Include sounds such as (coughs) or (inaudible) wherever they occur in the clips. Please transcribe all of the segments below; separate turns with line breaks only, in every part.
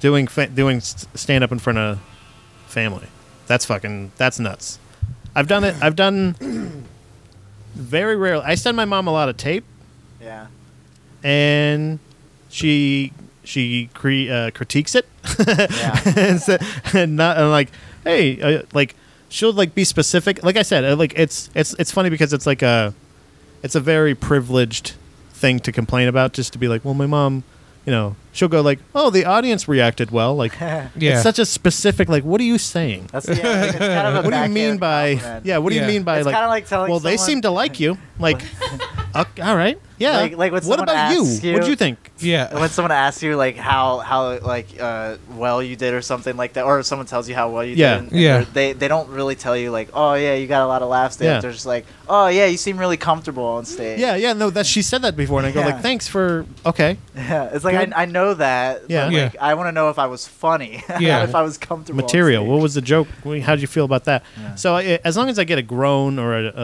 doing fa- doing stand up in front of family. That's fucking that's nuts. I've done it. I've done (clears throat) very rarely. I send my mom a lot of tape,
Yeah.
and she she cre- uh, critiques it. (laughs) and, so, and not and like hey uh, like she'll like be specific. Like I said, uh, like it's it's it's funny because it's like a it's a very privileged thing to complain about. Just to be like, well, my mom, you know, she'll go like, oh, the audience reacted well. Like
Yeah.
it's such a specific. Like, what are you saying? (laughs)
That's yeah, like, it's kind of a
what do you
backhand
mean by
compliment.
yeah? What do
Yeah.
you mean by
It's
like?
kinda like telling
well, they
someone-
seem to like
(laughs)
you. Like, uh, all right, yeah.
Like- like when
what
someone
about you?
asks you-
What do you
(laughs)
think?
yeah.
(laughs) When someone asks you like how how like uh, well you did or something like that, or someone tells you how well you
Yeah.
did, and- and
Yeah.
they're- they they don't really tell you like, oh yeah, you got a lot of laughs. There.
Yeah.
They're just like, oh yeah, you seem really comfortable on stage.
Yeah, yeah. No, that she said that before, and I go
Yeah.
like, thanks for okay.
Yeah, (laughs) it's like I, I know that.
Yeah.
but, like,
Yeah.
I want to know if I was funny. (laughs)
Yeah.
if I was comfortable. on
material.
stage.
What was the joke? We- How'd you feel about that?
Yeah.
So I, eh, as long as I get a groan or a, a,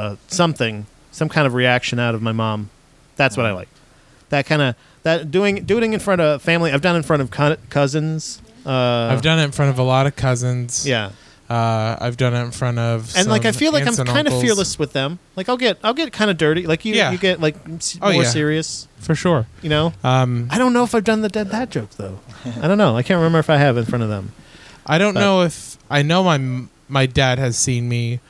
a something, some kind of reaction out of my mom, that's what I like. That kind of that doing doing in front of family. I've done in front of co- cousins. Uh,
I've done it in front of a lot of cousins.
yeah,
Uh, I've done it in front of
and like I
some
feel like I'm
aunts and
kind of
uncles.
fearless with them. Like I'll get I'll get kind of dirty. Like you
Yeah.
you get like s-
Oh,
more
yeah.
serious.
for sure.
You know.
Um,
I don't know if I've done the dead that joke though. I don't know. I can't remember if I have in front of them.
I don't
But-
know if I know my m- my dad has seen me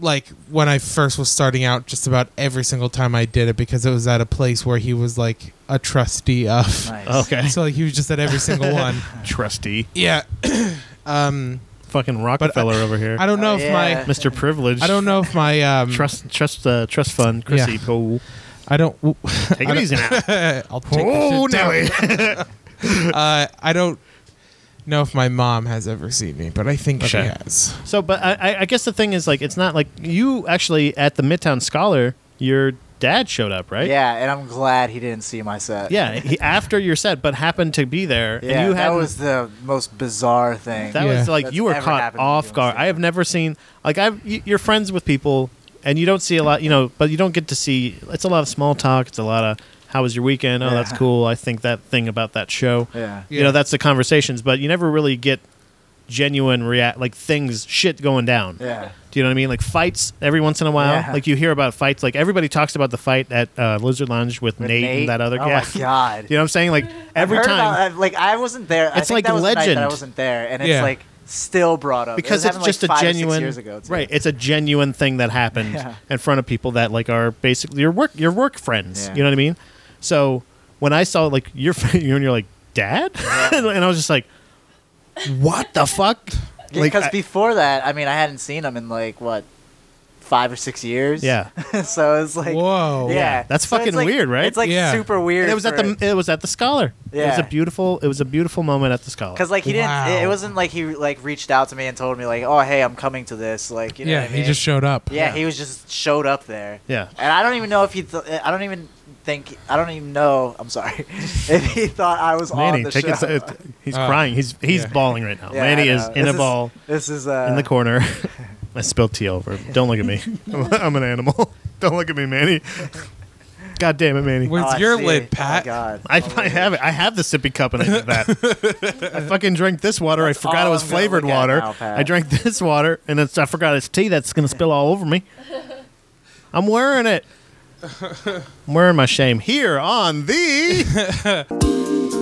like when I first was starting out just about every single time I did it because it was at a place where he was like a trustee of
Nice.
(laughs) Okay.
so like he was just at
(laughs)
every single one
Trusty
yeah (clears throat) um
fucking Rockefeller over here.
I don't know
Oh,
if
yeah.
my
Mr. Privilege.
I don't know if my um
Trust, trust, uh, trust fund, Chrissy.
Yeah. Oh.
Go.
I don't (laughs)
Take it easy now.
I'll take this shit down. (laughs) uh, I don't know if my mom has ever seen me but I think she
Okay.
has
So, but I- I, I guess the thing is, like, it's not like you actually at the Midtown Scholar, your dad showed up, right?
Yeah, and I'm glad he didn't see my set.
Yeah. He, after your set, but happened to be there,
Yeah,
and you
that
had
was the most bizarre thing.
that
Yeah.
was like
That's
you were
never
caught
happened to me
off
on
guard.
stage.
I have never seen like I've y- you're friends with people, and you don't see a lot, you know, but you don't get to see. It's a lot of small talk. It's a lot of how was your weekend? Oh, that's
Yeah.
cool. I think that thing about that show.
yeah.
you
Yeah.
know that's the conversations but you never really get genuine react like things shit going down
Yeah.
do you know what i mean like fights every once in a while
Yeah.
like you hear about fights like everybody talks about the fight at uh, lizard lounge with,
With
nate, and that other
oh
guy (laughs)
my god.
you know what i'm saying like every
I've heard
time
about- I've- like I wasn't there. I
It's
think
like
that was the night that I
legend.
wasn't there, and it's
Yeah.
like still brought up It
because
was
it's
happened,
just
like,
a
five or six
genuine
years ago, too.
right it's a genuine thing that happened
(laughs) Yeah.
in front of people that like are basically your work your work friends
Yeah.
you know what i mean so when i saw like your (laughs) friend you and you're like dad (laughs) and i was just like what the fuck Like,
because
I-
before that, I mean, I hadn't seen him in like what five or six years.
yeah
(laughs) so it's like
whoa
Yeah,
That's
So it's
fucking
like-
weird, right?
It's like
Yeah.
super weird.
And it was at the it was at the scholar. It was
Yeah.
a beautiful it was a beautiful moment at the scholar.
because like he didn't.
Wow.
It, it wasn't like he like reached out to me and told me like, oh hey, I'm coming to this. Like you know
yeah
what I
he
mean?
just showed up
yeah,
yeah.
he was just showed up there.
yeah.
And I don't even know if he. Th- I don't even think. I don't even know. I'm sorry. (laughs) if he thought I was on
Manny,
the
take
show.
it. it- He's
Oh.
crying. He's he's
Yeah.
bawling right now.
(laughs) Yeah,
Manny
I
is
know.
in
This
a ball
This is uh,
in the corner.
(laughs)
I spilled tea all over. him. Don't look at me. I'm, I'm an animal. (laughs) Don't look at me, Manny. God damn it, Manny.
Where's
I
your
see
lid,
it.
Pat?
Oh, God.
I,
Oh,
I have it. I have the sippy cup and I did that.
(laughs)
I fucking drank this water. I
That's
forgot it
all
was
I'm gonna
flavored
look at
water.
now, Pat.
I drank (laughs) this water and it's, I forgot it's tea. That's gonna spill all over me. I'm wearing it. I'm wearing my shame here on the.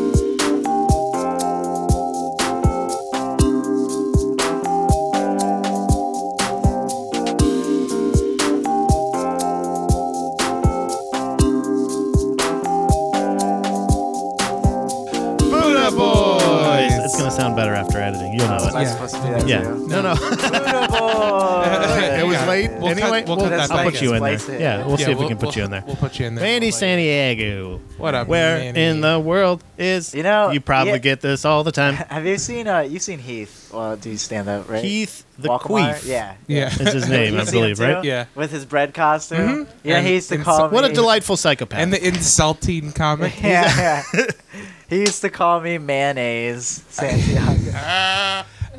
Buddha boys.
it's
(laughs)
gonna sound better after editing. You'll know
Am I
it.
Yeah.
supposed to do that?
Yeah.
too?
No, no.
(laughs) Beautiful.
it was
Yeah.
late.
We'll cut-
anyway,
we'll cut that
I'll
back
put you in there.
Splice it.
Yeah, we'll
Yeah,
see if
we'll-
we can put you in there.
We'll put you in there.
Manny
We'll let you-
Santiago.
What up,
Where
Manny?
in the world is
You know,
You probably
yeah.
get this all the
(laughs)
time.
Have you seen? Uh, you've seen Heath? Well, do you stand up? Right.
Keith the
Walkmeyer?
Queef.
Yeah.
Yeah.
is his name, I
You've seen him
believe, right?
too?
Yeah.
With his bread costume.
Mhm.
Yeah,
And-
he used to
and
call
so-
me.
What a delightful psychopath.
(laughs) and the insulting
(laughs)
comic.
Yeah. (laughs) he used to call me mayonnaise Santiago.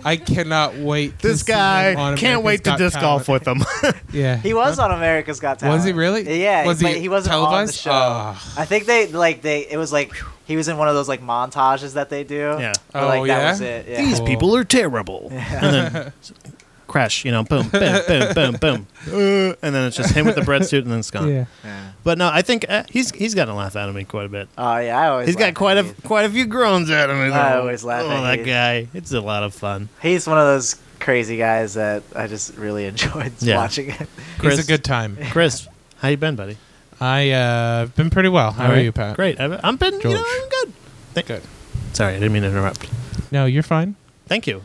I cannot wait. to
Ah, this
see
guy
him on
can't
America's
wait to
Got
disc
Talent.
golf with him. (laughs)
Yeah.
He was on America's Got Talent.
Was he really?
Yeah.
Was
but
he
he wasn't on the
televised?
show.
Ah.
I think they like they. It was like he was in one of those like montages that they do.
Yeah.
Where, like, that
Oh, yeah?
was it. (laughs) Yeah.
These
Cool.
people are terrible. And
(laughs)
then crash, you know, boom, boom, boom, boom,
(laughs)
boom. Uh, and then it's just him with the breadsuit and then it's gone.
Yeah.
Yeah.
But no, I think uh, he's he's gotten a laugh out of me quite a bit.
Oh yeah, I always.
He's
laugh
got
at
quite a
Heath.
quite a few groans out of me. Though.
I always laugh
Oh,
at
that
Heath.
guy. It's a lot of fun.
He's one of those crazy guys that I just really (laughs) enjoyed
Yeah.
watching it.
Chris,
It's a good time.
(laughs)
Chris, how you been, buddy?
I uh been pretty well. How are
Alright,
you, Pat?
Great. I've, I'm been. You
George.
know, I'm good. Thank,
Good.
Sorry, I didn't mean to interrupt.
No, you're fine.
Thank you.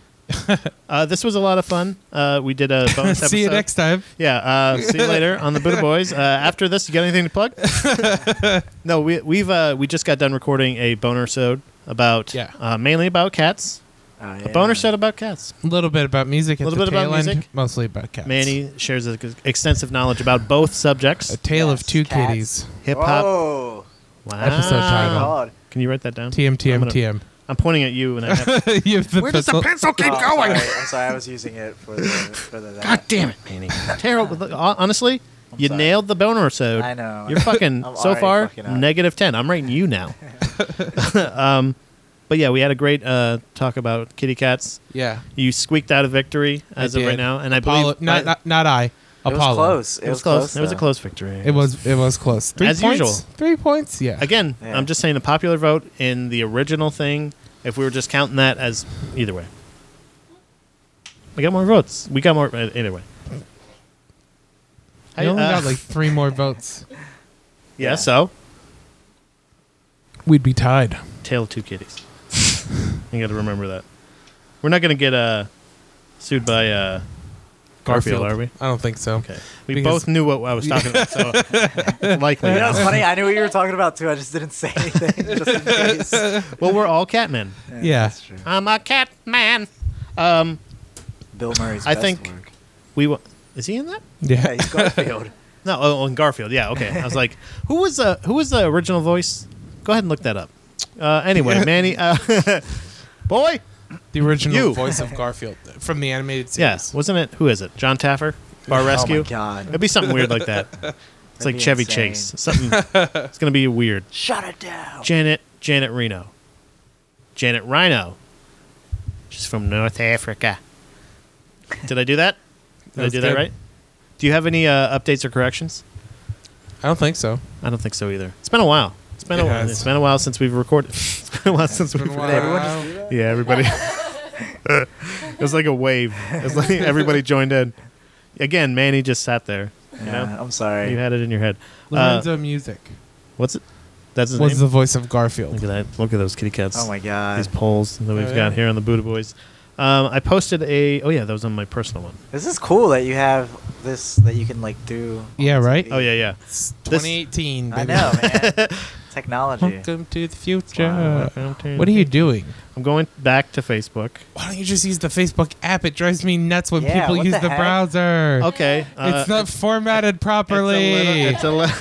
(laughs) uh, this was a lot of fun. Uh, we
(laughs)
did a bonus episode.
See you next time.
Yeah. Uh,
(laughs)
see you later on the Buddha Boys. Uh, after this, you got anything to plug?
(laughs)
no, we we've uh, we just got done recording a boner sode about
Yeah.
uh, mainly about cats.
Oh, yeah.
A boner sode about cats.
A little bit about music. A
Little bit about music.
Mostly about cats.
Manny shares a- extensive knowledge about both subjects:
(laughs) A tale
Yes,
of two
cats.
kitties.
hip hop.
Oh,
Wow.
Episode title.
God.
Can you write that down?
TM TM
I'm gonna-
TM.
I'm pointing at you, and
(laughs)
I have
you have the pistol.
pencil keep
Oh, I'm sorry. I'm sorry. I was using it for the for
(laughs)
the. That.
damn it.
(laughs)
Manny. Terrible. Look, hon- Honestly, you
sorry.
nailed the boner sode.
I know.
You're fucking
(laughs) I'm
so
already
far
fucking up.
negative ten. I'm rating you now. (laughs) um, but yeah, we had a great uh, talk about kitty cats.
Yeah.
You squeaked out a victory
I
as of right
did.
now, and I
Apollo.
believe
Not, not not I.
It was
Apollo.
close.
it was close. It was a
though.
close victory.
It was it was close. Three
As
points.
usual.
Three points. Yeah.
again.
Yeah.
I'm just saying the popular vote in the original thing. If we were just counting that as either way, we got more votes. We got more uh, either way.
I only
uh, (laughs)
got like three more votes.
yeah. So
We'd be tied.
Tale of Two Kitties. you got to remember that. We're not going to get uh, sued by uh, Garfield, are we?
I don't think so.
Okay. We
Because-
both knew what I was talking about, so it's likely.
(laughs) You know, it's
now.
funny. I knew what you were talking about too. I just didn't say anything.
(laughs)
Just in case. Yeah,
Well, we're all Catmen.
Yeah.
that's true.
I'm a cat man. Um,
Bill Murray's.
I
best
think-
work. (laughs)
we wa- is he in that?
Yeah,
Yeah.
he's Garfield.
No, oh, in Garfield. Yeah, okay. I was like, who was the who was the original voice? Go ahead and look that up. Uh, anyway, Manny, uh, (laughs) boy,
The original
You.
voice of Garfield from the animated series.
yes, wasn't it? Who is it? John Taffer, (laughs) Bar
Oh
Rescue.
my god.
It'd be something weird like (laughs) that. It's like
be
Chevy
insane.
Chase. Something. it's gonna be weird.
Shut it down.
Janet Janet Reno. Janet Rhino. She's from North Africa. Did I do that? Did
That
I
was
do that
good.
right? Do you have any uh, updates or corrections?
I don't think so.
I don't think so either. It's been a while. It's been a
It
while.
has.
It's been a while since we've recorded. (laughs) It's been a while since we've.
Did everyone just do
Yeah, everybody. it was like a wave. It was like everybody joined in. Again, Manny just sat there. You know,
Yeah, I'm sorry.
you had it in your head. Uh,
Lorenzo Music
what's it? That's his
was
name.
the voice of Garfield.
Look at that! Look at those kitty cats.
oh my god.
These polls that we've
Oh, yeah.
got here on the Buddha Boys. Um, I posted a. Oh yeah, that was on my personal one.
This is cool that you have this that you can like do.
Yeah,
on
right?
TV.
Oh yeah, yeah.
It's 2018.
I
baby.
know,
(laughs)
man. Technology.
Welcome to the
Wow.
future. What are you doing?
I'm going back to Facebook.
Why don't you just use the Facebook app? It drives me nuts when
Yeah,
people
what
use
the
the,
heck?
browser.
Okay. uh,
it's not formatted properly.
It's a little, it's a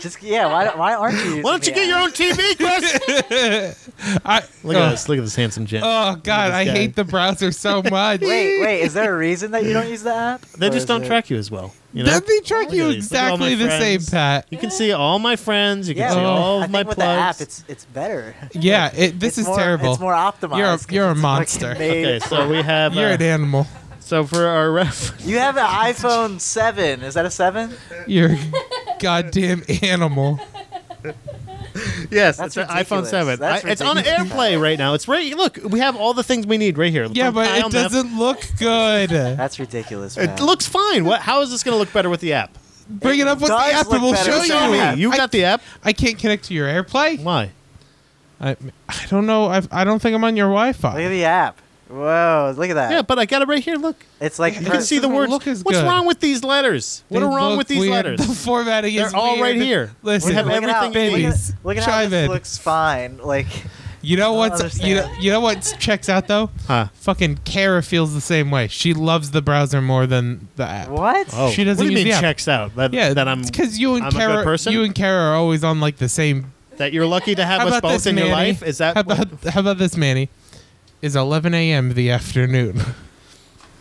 Just yeah. Why, don't- why aren't
li-
you? using
(laughs) Why don't
the
you get your
app?
own
(laughs)
TV, Chris?
(laughs) I,
Look
oh,
at this. Look at this handsome gent.
Oh God,
this
I
guy.
hate the
(laughs)
browser so much.
Wait, wait. Is there a reason that you don't use the app?
they
Or
just
is
don't
it-
track you as well. You know?
Then they track
Look at
you
these. Look at all my
exactly the
friends.
same, Pat.
You can see all my friends. You can
Yeah,
see
but
all
I
of
think
my
with
plugs.
the app, it's
(laughs)
it's better.
Yeah, it, this
It's
is
more-
terrible.
It's more optimized.
You're a-
'cause
you're a
it's fucking
monster.
made-
okay, so we have.
(laughs) You're
Uh,
an animal.
so for our (laughs) ref,
You have an iPhone seven. Is that a seven?
You're a goddamn
(laughs)
animal.
yes, it's
That's
an iPhone
ridiculous.
Seven.
That's
I- it's on
ridiculous.
AirPlay right now. It's right. Look, we have all the things we need right here.
Yeah,
From
but
Kyle
it
Neff.
doesn't look good.
That's ridiculous.
It
Matt.
looks fine. What? How is this going to look better with the app?
Bring it up with the
does
app
look
and we'll
better
show
with the
you.
app.
You got the app?
I can't connect to your AirPlay.
Why?
I, I don't know. I've, I don't think I'm on your
Look at
Wi-Fi.
the app. Whoa! Look at that.
Yeah, but I got it right here. Look,
It's like
you
per-
can see the
doesn't
words.
look as
What's
good.
wrong with these letters? What
They
are wrong
look
with these
weird.
letters?
(laughs) The formatting
They're
is
all
weird.
right here.
Listen,
We have
look at how-
everything we
Look
need.
at,
babies.
look at how
Chime
this
in.
looks
(laughs)
fine. Like
You know
I don't
Oh,
what's you know,
understand.
you know what checks out though?
Huh.
Fucking Kara feels the same way. She loves the browser more than the app.
what?
She
What
doesn't
do you
use
mean
the app.
checks out? That,
Yeah,
that I'm
because you and
I'm a good
Kara,
person?
you and Kara are always on like the same.
that you're lucky to have
How
us
about
both
this,
in your
Manny?
life. Is that
How
what- (laughs)
about how about this, Manny? Is 11 a.m. the afternoon?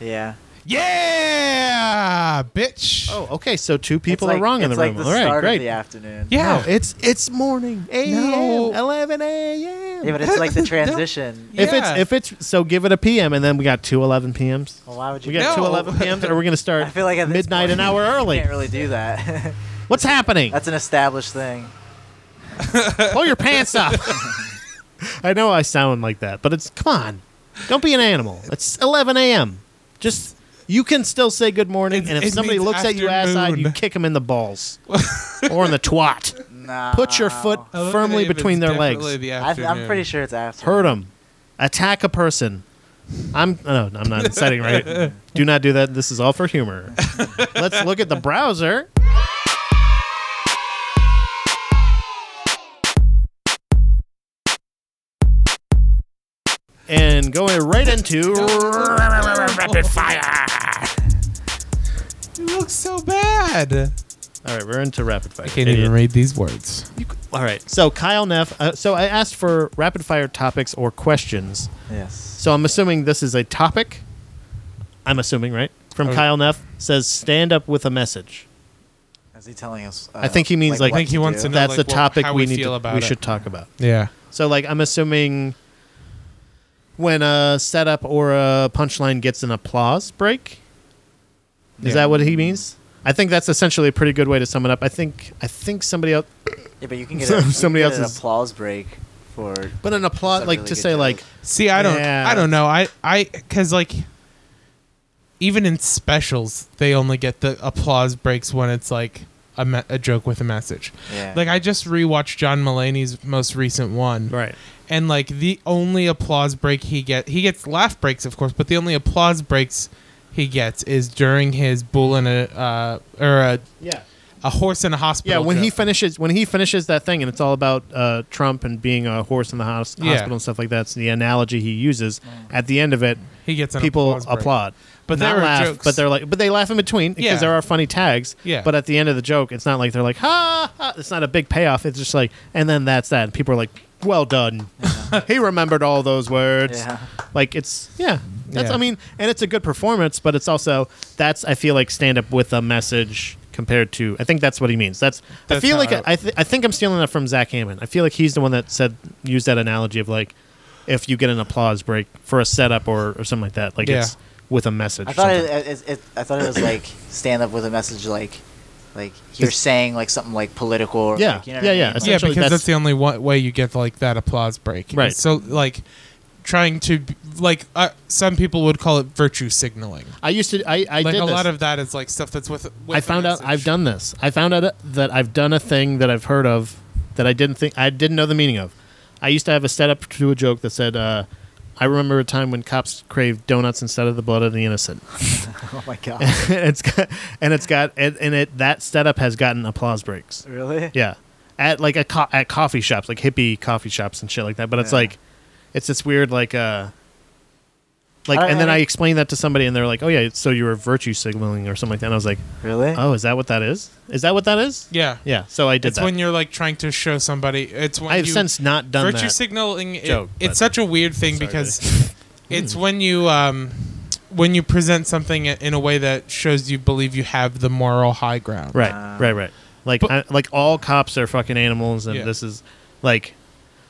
Yeah.
Yeah, bitch.
Oh, okay. So two people
It's
are
like-
wrong in the
it's
room.
Like the
All right,
start
great.
Of the afternoon.
Yeah.
No, it's it's morning. 8 a.m.,
No.
11 a.m.
Yeah, but
(laughs)
it's like the
No.
transition.
Yeah.
Yeah.
if it's if it's so, give it a p.m. and then we got two 11 p.m.s.
Well, why would you?
We got
No.
two 11 p.m.s, or we're
(laughs)
gonna start
I feel like at this
midnight an
point,
hour
(laughs) You
early.
can't really do that. (laughs)
What's happening?
That's an established thing.
Pull your pants
(laughs)
up. I know I sound like that, but it's come on. Don't be an animal. It's 11 a.m. Just you can still say good morning,
It-
and if
it
somebody
means
looks at you ass-eyed, you
afternoon.
kick them in the
(laughs)
balls or in the twat.
Nah.
Put your foot
I look at
firmly
it if it's
between their legs.
definitely the
I, I'm
afternoon.
pretty sure it's after.
hurt them, attack a person. I'm no, I'm not inciting, right? Do not do that. This is all for humor. Let's look at the browser. And going right into rapid fire.
It looks so bad.
All right, we're into rapid fire.
I can't
Idiot.
even read these words.
All right, so Kyle Neff. Uh, so I asked for rapid fire topics or questions.
Yes.
So I'm assuming this is a topic. I'm assuming, right? From
Okay.
Kyle Neff says stand up with a message.
Is he telling us? uh,
I think he means, like,
what
I think
he wants
do?
to know-
That's
like,
the
what-
topic
how
we
we
need
feel
to,
about
we
it.
should talk about.
Yeah.
So like I'm assuming when a setup or a punchline gets an applause break. Is
Yeah.
that what he means? I think that's essentially a pretty good way to sum it up. I think I think somebody else
Yeah, but you can get
So- (laughs)
a,
somebody
somebody you can get
else's-
an applause break for.
but an applause
some
like
really
to
good
say like
joke.
See, I don't,
Yeah.
I don't know. I, I, cause like, even in specials, they only get the applause breaks when it's like a, me- a joke with a message.
Yeah.
Like I just rewatched John Mulaney's most recent one,
right.
and like the only applause break he get, he gets laugh breaks, of course, but the only applause breaks he gets is during his bull in a uh, or a,
Yeah.
a horse in a
Yeah,
hospital.
when he
joke.
finishes when he finishes that thing, and it's all about uh, Trump and being a horse in the hos-
Yeah.
hospital and stuff like that. It's the analogy he uses. At the end of it,
he gets an
people
applause break.
applaud,
But
not
there are
laugh,
jokes.
but they're like, but they laugh in between because
Yeah.
there are funny tags.
Yeah.
But at the end of the joke, it's not like they're like ha, ha. It's not a big payoff. It's just like, and then that's that. And people are like, well done. (laughs) he remembered all those words.
Yeah.
Like it's yeah. That's
Yeah.
I mean, and it's a good performance, but it's also that's I feel like stand up with a message compared to I think that's what he means. That's, I
That's
feel
how
like
I-
I th- I think I'm stealing that from Zach Hammond. I feel like he's the one that said used that analogy of like if you get an applause break for a setup or, or something like that, like
Yeah.
it's with a message.
I
or
thought it,
something.
it, it, I thought it was like stand up with a message like, like you're
It's-
saying like something like political. Or
Yeah,
like, you know
yeah,
what I
yeah,
mean?
it's
yeah,
Like,
Essentially,
because
that's-
that's, the only one way you get like that applause break.
Right.
So like, trying to like uh, some people would call it virtue signaling.
I used to I, I
like
did
a
this.
lot of that is like stuff that's with. with
I
a
found out
message.
I've done this. I found out that I've done a thing that I've heard of that I didn't think I didn't know the meaning of. I used to have a setup to a joke that said, uh, "I remember a time when cops craved donuts instead of the blood of the
(laughs)
innocent."
oh my
(laughs)
god.
and it's got, and it's got and, and it that setup has gotten applause breaks.
really?
Yeah, at like a co- at coffee shops, like hippie coffee shops and shit like that. But it's
Yeah.
like, it's this weird like uh, like,
I-
and then
I-
I explained that to somebody, and they're like, "Oh yeah, so you were virtue signaling or something like that." And I was like.
Really?
Oh, is that what that is? Is that what that is?
Yeah.
Yeah. So I did
It's
that.
when you're like trying to show somebody. It's when
I have
you,
since not done
virtue
that.
signaling. it-
joke, but-
it's such a weird thing
Sorry, (laughs)
because it's when you um when you present something i- in a way that shows you believe you have the moral high ground.
right.
Ah.
right. Right. Like
But-
I, like all cops are fucking animals, and
Yeah.
this is like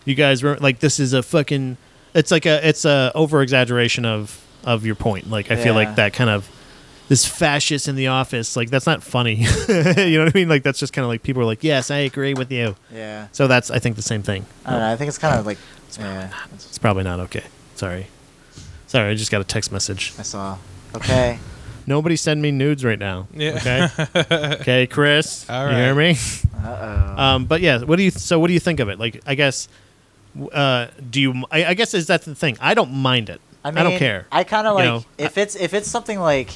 you guys were like this is a fucking. It's like a it's a over exaggeration of of your point. Like I feel like
Yeah.
that kind of this fascist in the office. Like that's not funny. (laughs) you know what I mean? Like that's just kind of like people are like, yes, I agree with you.
Yeah.
So that's I think the same thing.
I don't know. I think it's kind of like. Yeah.
It's probably not okay. Sorry. Sorry, I just got a text message.
I saw. Okay.
Nobody send me nudes right now.
Yeah. (laughs)
Okay. Okay, Chris.
All
You hear
right.
me?
Uh oh.
Um, but yeah, what do you? So what do you think of it? Like, I guess, w- uh, do you? I, I guess is that the thing? I don't mind it. I, don't
mean,
care.
I kind of
You
like
know,
if it's if it's something like,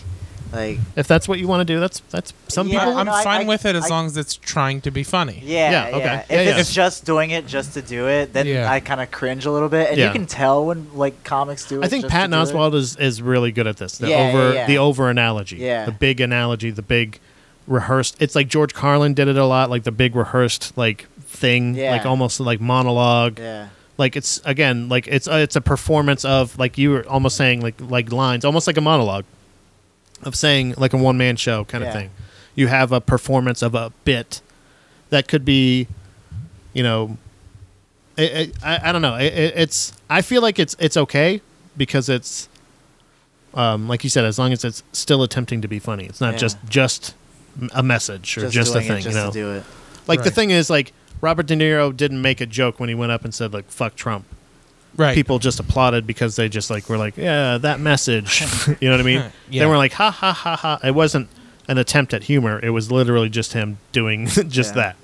like
if that's what you want to do, that's that's some
Yeah,
people.
I'm
no, I-
fine
I-
with it as
I-
long as it's trying to be funny.
Yeah,
Yeah,
yeah.
okay.
If
Yeah, yeah.
it's just doing it just to do it, then
Yeah.
I kind of cringe a little bit, and
Yeah.
you can tell when like comics do it.
I think
just
Patton
to do it.
Oswald is is really good at this. The
Yeah, yeah,
over
yeah.
the over analogy.
Yeah.
The big analogy. The big rehearsed. It's like George Carlin did it a lot. Like the big rehearsed like thing.
Yeah.
Like almost like monologue.
Yeah.
like it's again like it's uh, it's a performance of like you were almost saying like like lines almost like a monologue of saying like a one man show kind
Yeah.
of thing. You have a performance of a bit that could be, you know, I I, I don't know. It, it, it's I feel like it's it's okay because it's, um, like you said, as long as it's still attempting to be funny, it's not
Yeah.
just just a message or just, a
doing it
thing.
just
you know,
to do it.
like the
Right.
thing is like Robert De Niro didn't make a joke when he went up and said like "fuck Trump."
right.
people just applauded because they just like were like, yeah, that
(laughs)
message. you know what I mean?
Yeah.
They were like, ha ha ha ha. It wasn't an attempt at humor. It was literally just him doing (laughs) just
Yeah.
that.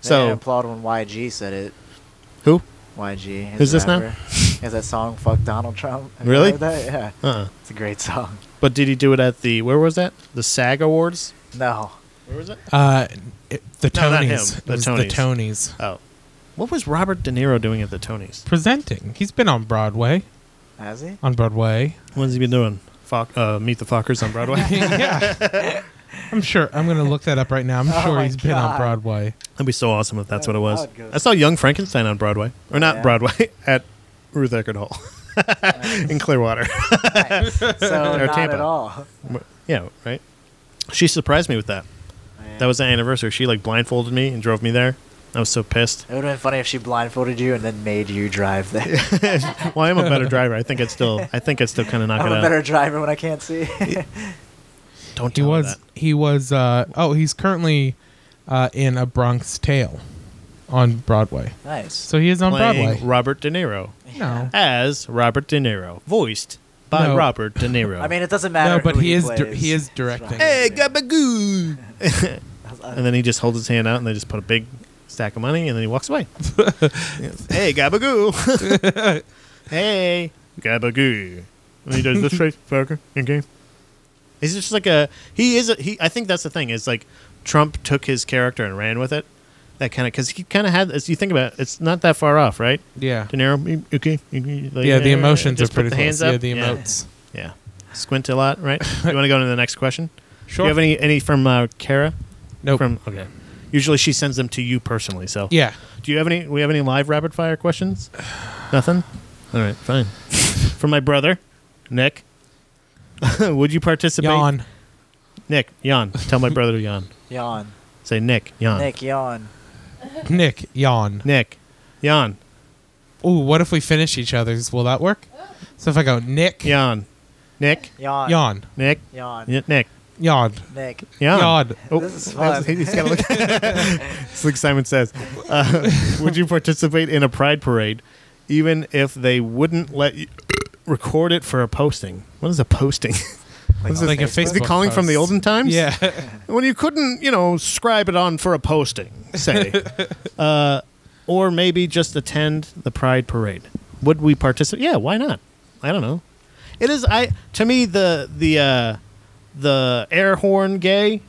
So
So
applaud when YG said it.
who?
YG.
Who's this now?
Is that song "Fuck Donald Trump"? Have you
Really?
heard that? Yeah,
Uh.
it's a great song.
But did he do it at the where was that? The SAG Awards.
No,
Where was it?
Uh, it- the
No, not him.
Tonys. It
The
was
Tonys.
The Tonys.
Oh, what was Robert De Niro doing at the Tonys?
Presenting. He's been on Broadway.
has
(laughs)
he?
On
(laughs)
Broadway. (laughs)
What's he been doing? Fock, uh, Meet the Fockers on Broadway.
yeah. I'm sure. I'm gonna look that up right now. I'm
Oh
sure
my
he's been on
God.
Broadway.
That'd be so awesome if that's what it was.
I'd go. Oh,
I saw Young Frankenstein on Broadway, or not
Yeah.
Broadway (laughs) at Ruth Eckerd Hall (laughs) in Clearwater. (laughs)
Nice. So not
Tampa.
at all.
Yeah, right. She surprised me with that. That was the anniversary. She like blindfolded me and drove me there. I was so pissed. (laughs)
It would have been funny if she blindfolded you and then made you drive there.
Well, I am a better driver. I think it's still. I think it's still kind of knock
(laughs) I'm
it
a
out.
better driver when I
(laughs)
can't see.
Don't
He
tell her
was.
that.
He was. Uh, oh, he's currently uh, in A Bronx Tale on Broadway.
(laughs) nice.
So he is on
playing
Broadway.
Robert De Niro
no.
as Robert De Niro, voiced by
No.
Robert De Niro.
I mean, it doesn't matter.
No, but
who
he is. Di-
Plays.
he is directing.
hey, gabagoo.
And
And then he just holds his hand out, and they just put a big stack of money, and then he walks
(laughs)
away. hey, gabagoo. hey, gabagoo. And he
(laughs)
does this face, Parker, in game. He's just like a he is a, he. I think that's the thing is like Trump took his character and ran with it. That kind of because he kind of had as you think about it, it's not that far off, right?
Yeah.
De Niro, mm, okay, mm, like,
Yeah. The
eh,
emotions are
just put
pretty
the
close.
hands
Yeah.
up.
The emotes.
Yeah. squint a lot, right? you want to go to the next question?
(laughs)
Do
Sure.
you have any any from uh, Kara?
Nope.
From okay. Usually she sends them to you personally. So
Oh, yeah.
Do you have any? We have any live rapid fire questions? Nothing. All right, fine. from my brother, Nick. (laughs) Would you participate?
Yawn.
Nick, yawn. Tell my brother to yawn.
yawn.
Say Nick, yawn.
Nick yawn.
Nick. Yawn.
Nick, yawn,
Ooh, what if we finish each other's? Will that work? So if I go Nick.
yawn. Nick,
Yawn.
Yawn.
Nick,
Yawn.
y- Nick,
Yawn.
Nick.
yawn.
Yawn.
Oh,
This is fun.
he's gotta look-
(laughs)
It's like Simon says. Uh, would you participate in a pride parade, even if they wouldn't let you record it for a posting? What is a posting?
It's like a Facebook.
Is he calling from the
post.
olden times?
Yeah. (laughs)
(laughs) when you couldn't, you know, scribe it on for a posting,
(laughs)
say, uh, or maybe just attend the Pride Parade. Would we participate? Yeah, why not? I don't know. It is I to me the the uh, the air horn gay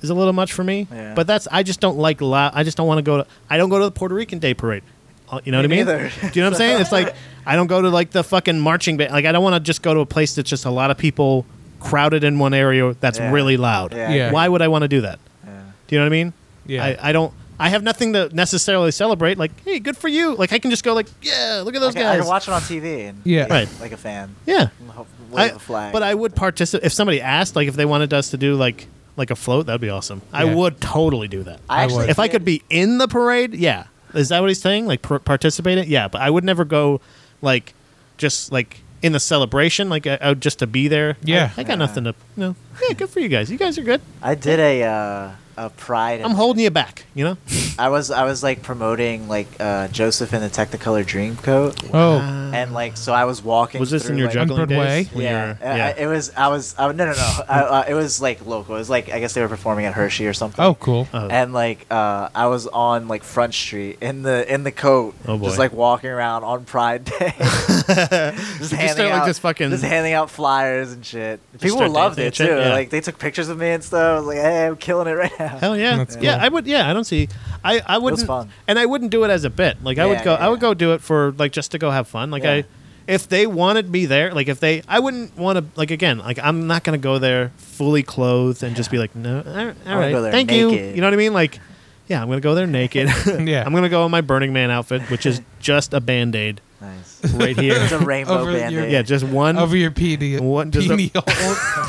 is a little much for me.
Yeah.
But that's I just don't like loud. I just don't want to go to. I don't go to the Puerto Rican Day Parade. Uh, You know
Me
what I mean?
neither.
Do you
(laughs)
know what I'm saying? It's like I don't go to like the fucking marching band. Like I don't want to just go to a place that's just a lot of people crowded in one area that's
Yeah.
really loud.
Yeah.
Yeah.
Why would I want to do that?
Yeah.
Do you know what I mean?
Yeah.
I, I don't. I have nothing to necessarily celebrate. Like, hey, good for you. Like, I can just go like, yeah, look at
I
those
can, I
guys.
can watch it on TV. And
Yeah.
Right.
Like a fan.
yeah.
And ho-
I,
Wave a flag.
but I would participate if somebody asked. Like, if they wanted us to do like like a float, that'd be awesome. I
Yeah.
would totally do that.
I
I
actually
would.
if I
did-
could be in the parade, yeah. Is that what he's saying? Like, par- participate in? Yeah, but I would never go like just like in the celebration. Like, I, I would just to be there.
Yeah.
I, I got
Yeah.
nothing to. You know. Yeah, good for you guys. You guys are good.
I did a uh, a pride.
I'm holding you back. You know.
I was I was like promoting like uh, Joseph and the Technicolor Dreamcoat,
Uh,
Oh.
and like so I was walking.
Was this in
through,
your
like,
juggling
Broadway?
days? when you
Yeah,
were-
I- I, it was. I was. I, no, no, no. I, uh, it was like local. It was like I guess they were performing at Hershey or something.
Oh, cool.
Oh.
And like uh, I was on like Front Street in the in the coat,
Oh, boy.
just like walking around on Pride
(laughs)
Day, (laughs) just
You start,
handing
like,
out
just fucking-
just handing out flyers and shit. People
start
loved it
dancing
too.
and shit, yeah.
Like they took pictures of me and stuff. I was like, hey, I'm killing it right now.
Hell yeah,
That's
yeah.
cool.
I would. Yeah, I don't see. I I wouldn't.
fun.
And I wouldn't do it as a bit. Like I
Yeah,
would go. I would
yeah.
go do it for like just to go have fun. Like
Yeah.
I, if they wanted me there, like if they, I wouldn't want to. Like again, like I'm not gonna go there fully clothed and just be like, no, all- all
wanna
right,
go there
thank you.
naked.
You know what I mean? Like,
(laughs)
yeah, I'm gonna go there naked. (laughs)
Yeah.
I'm gonna go in my Burning Man outfit, which is just a band aid.
Uh, Nice. (laughs)
right here.
It's
(laughs)
a rainbow
Over your-
band-aid.
yeah, just one
over your PD.
What does
PD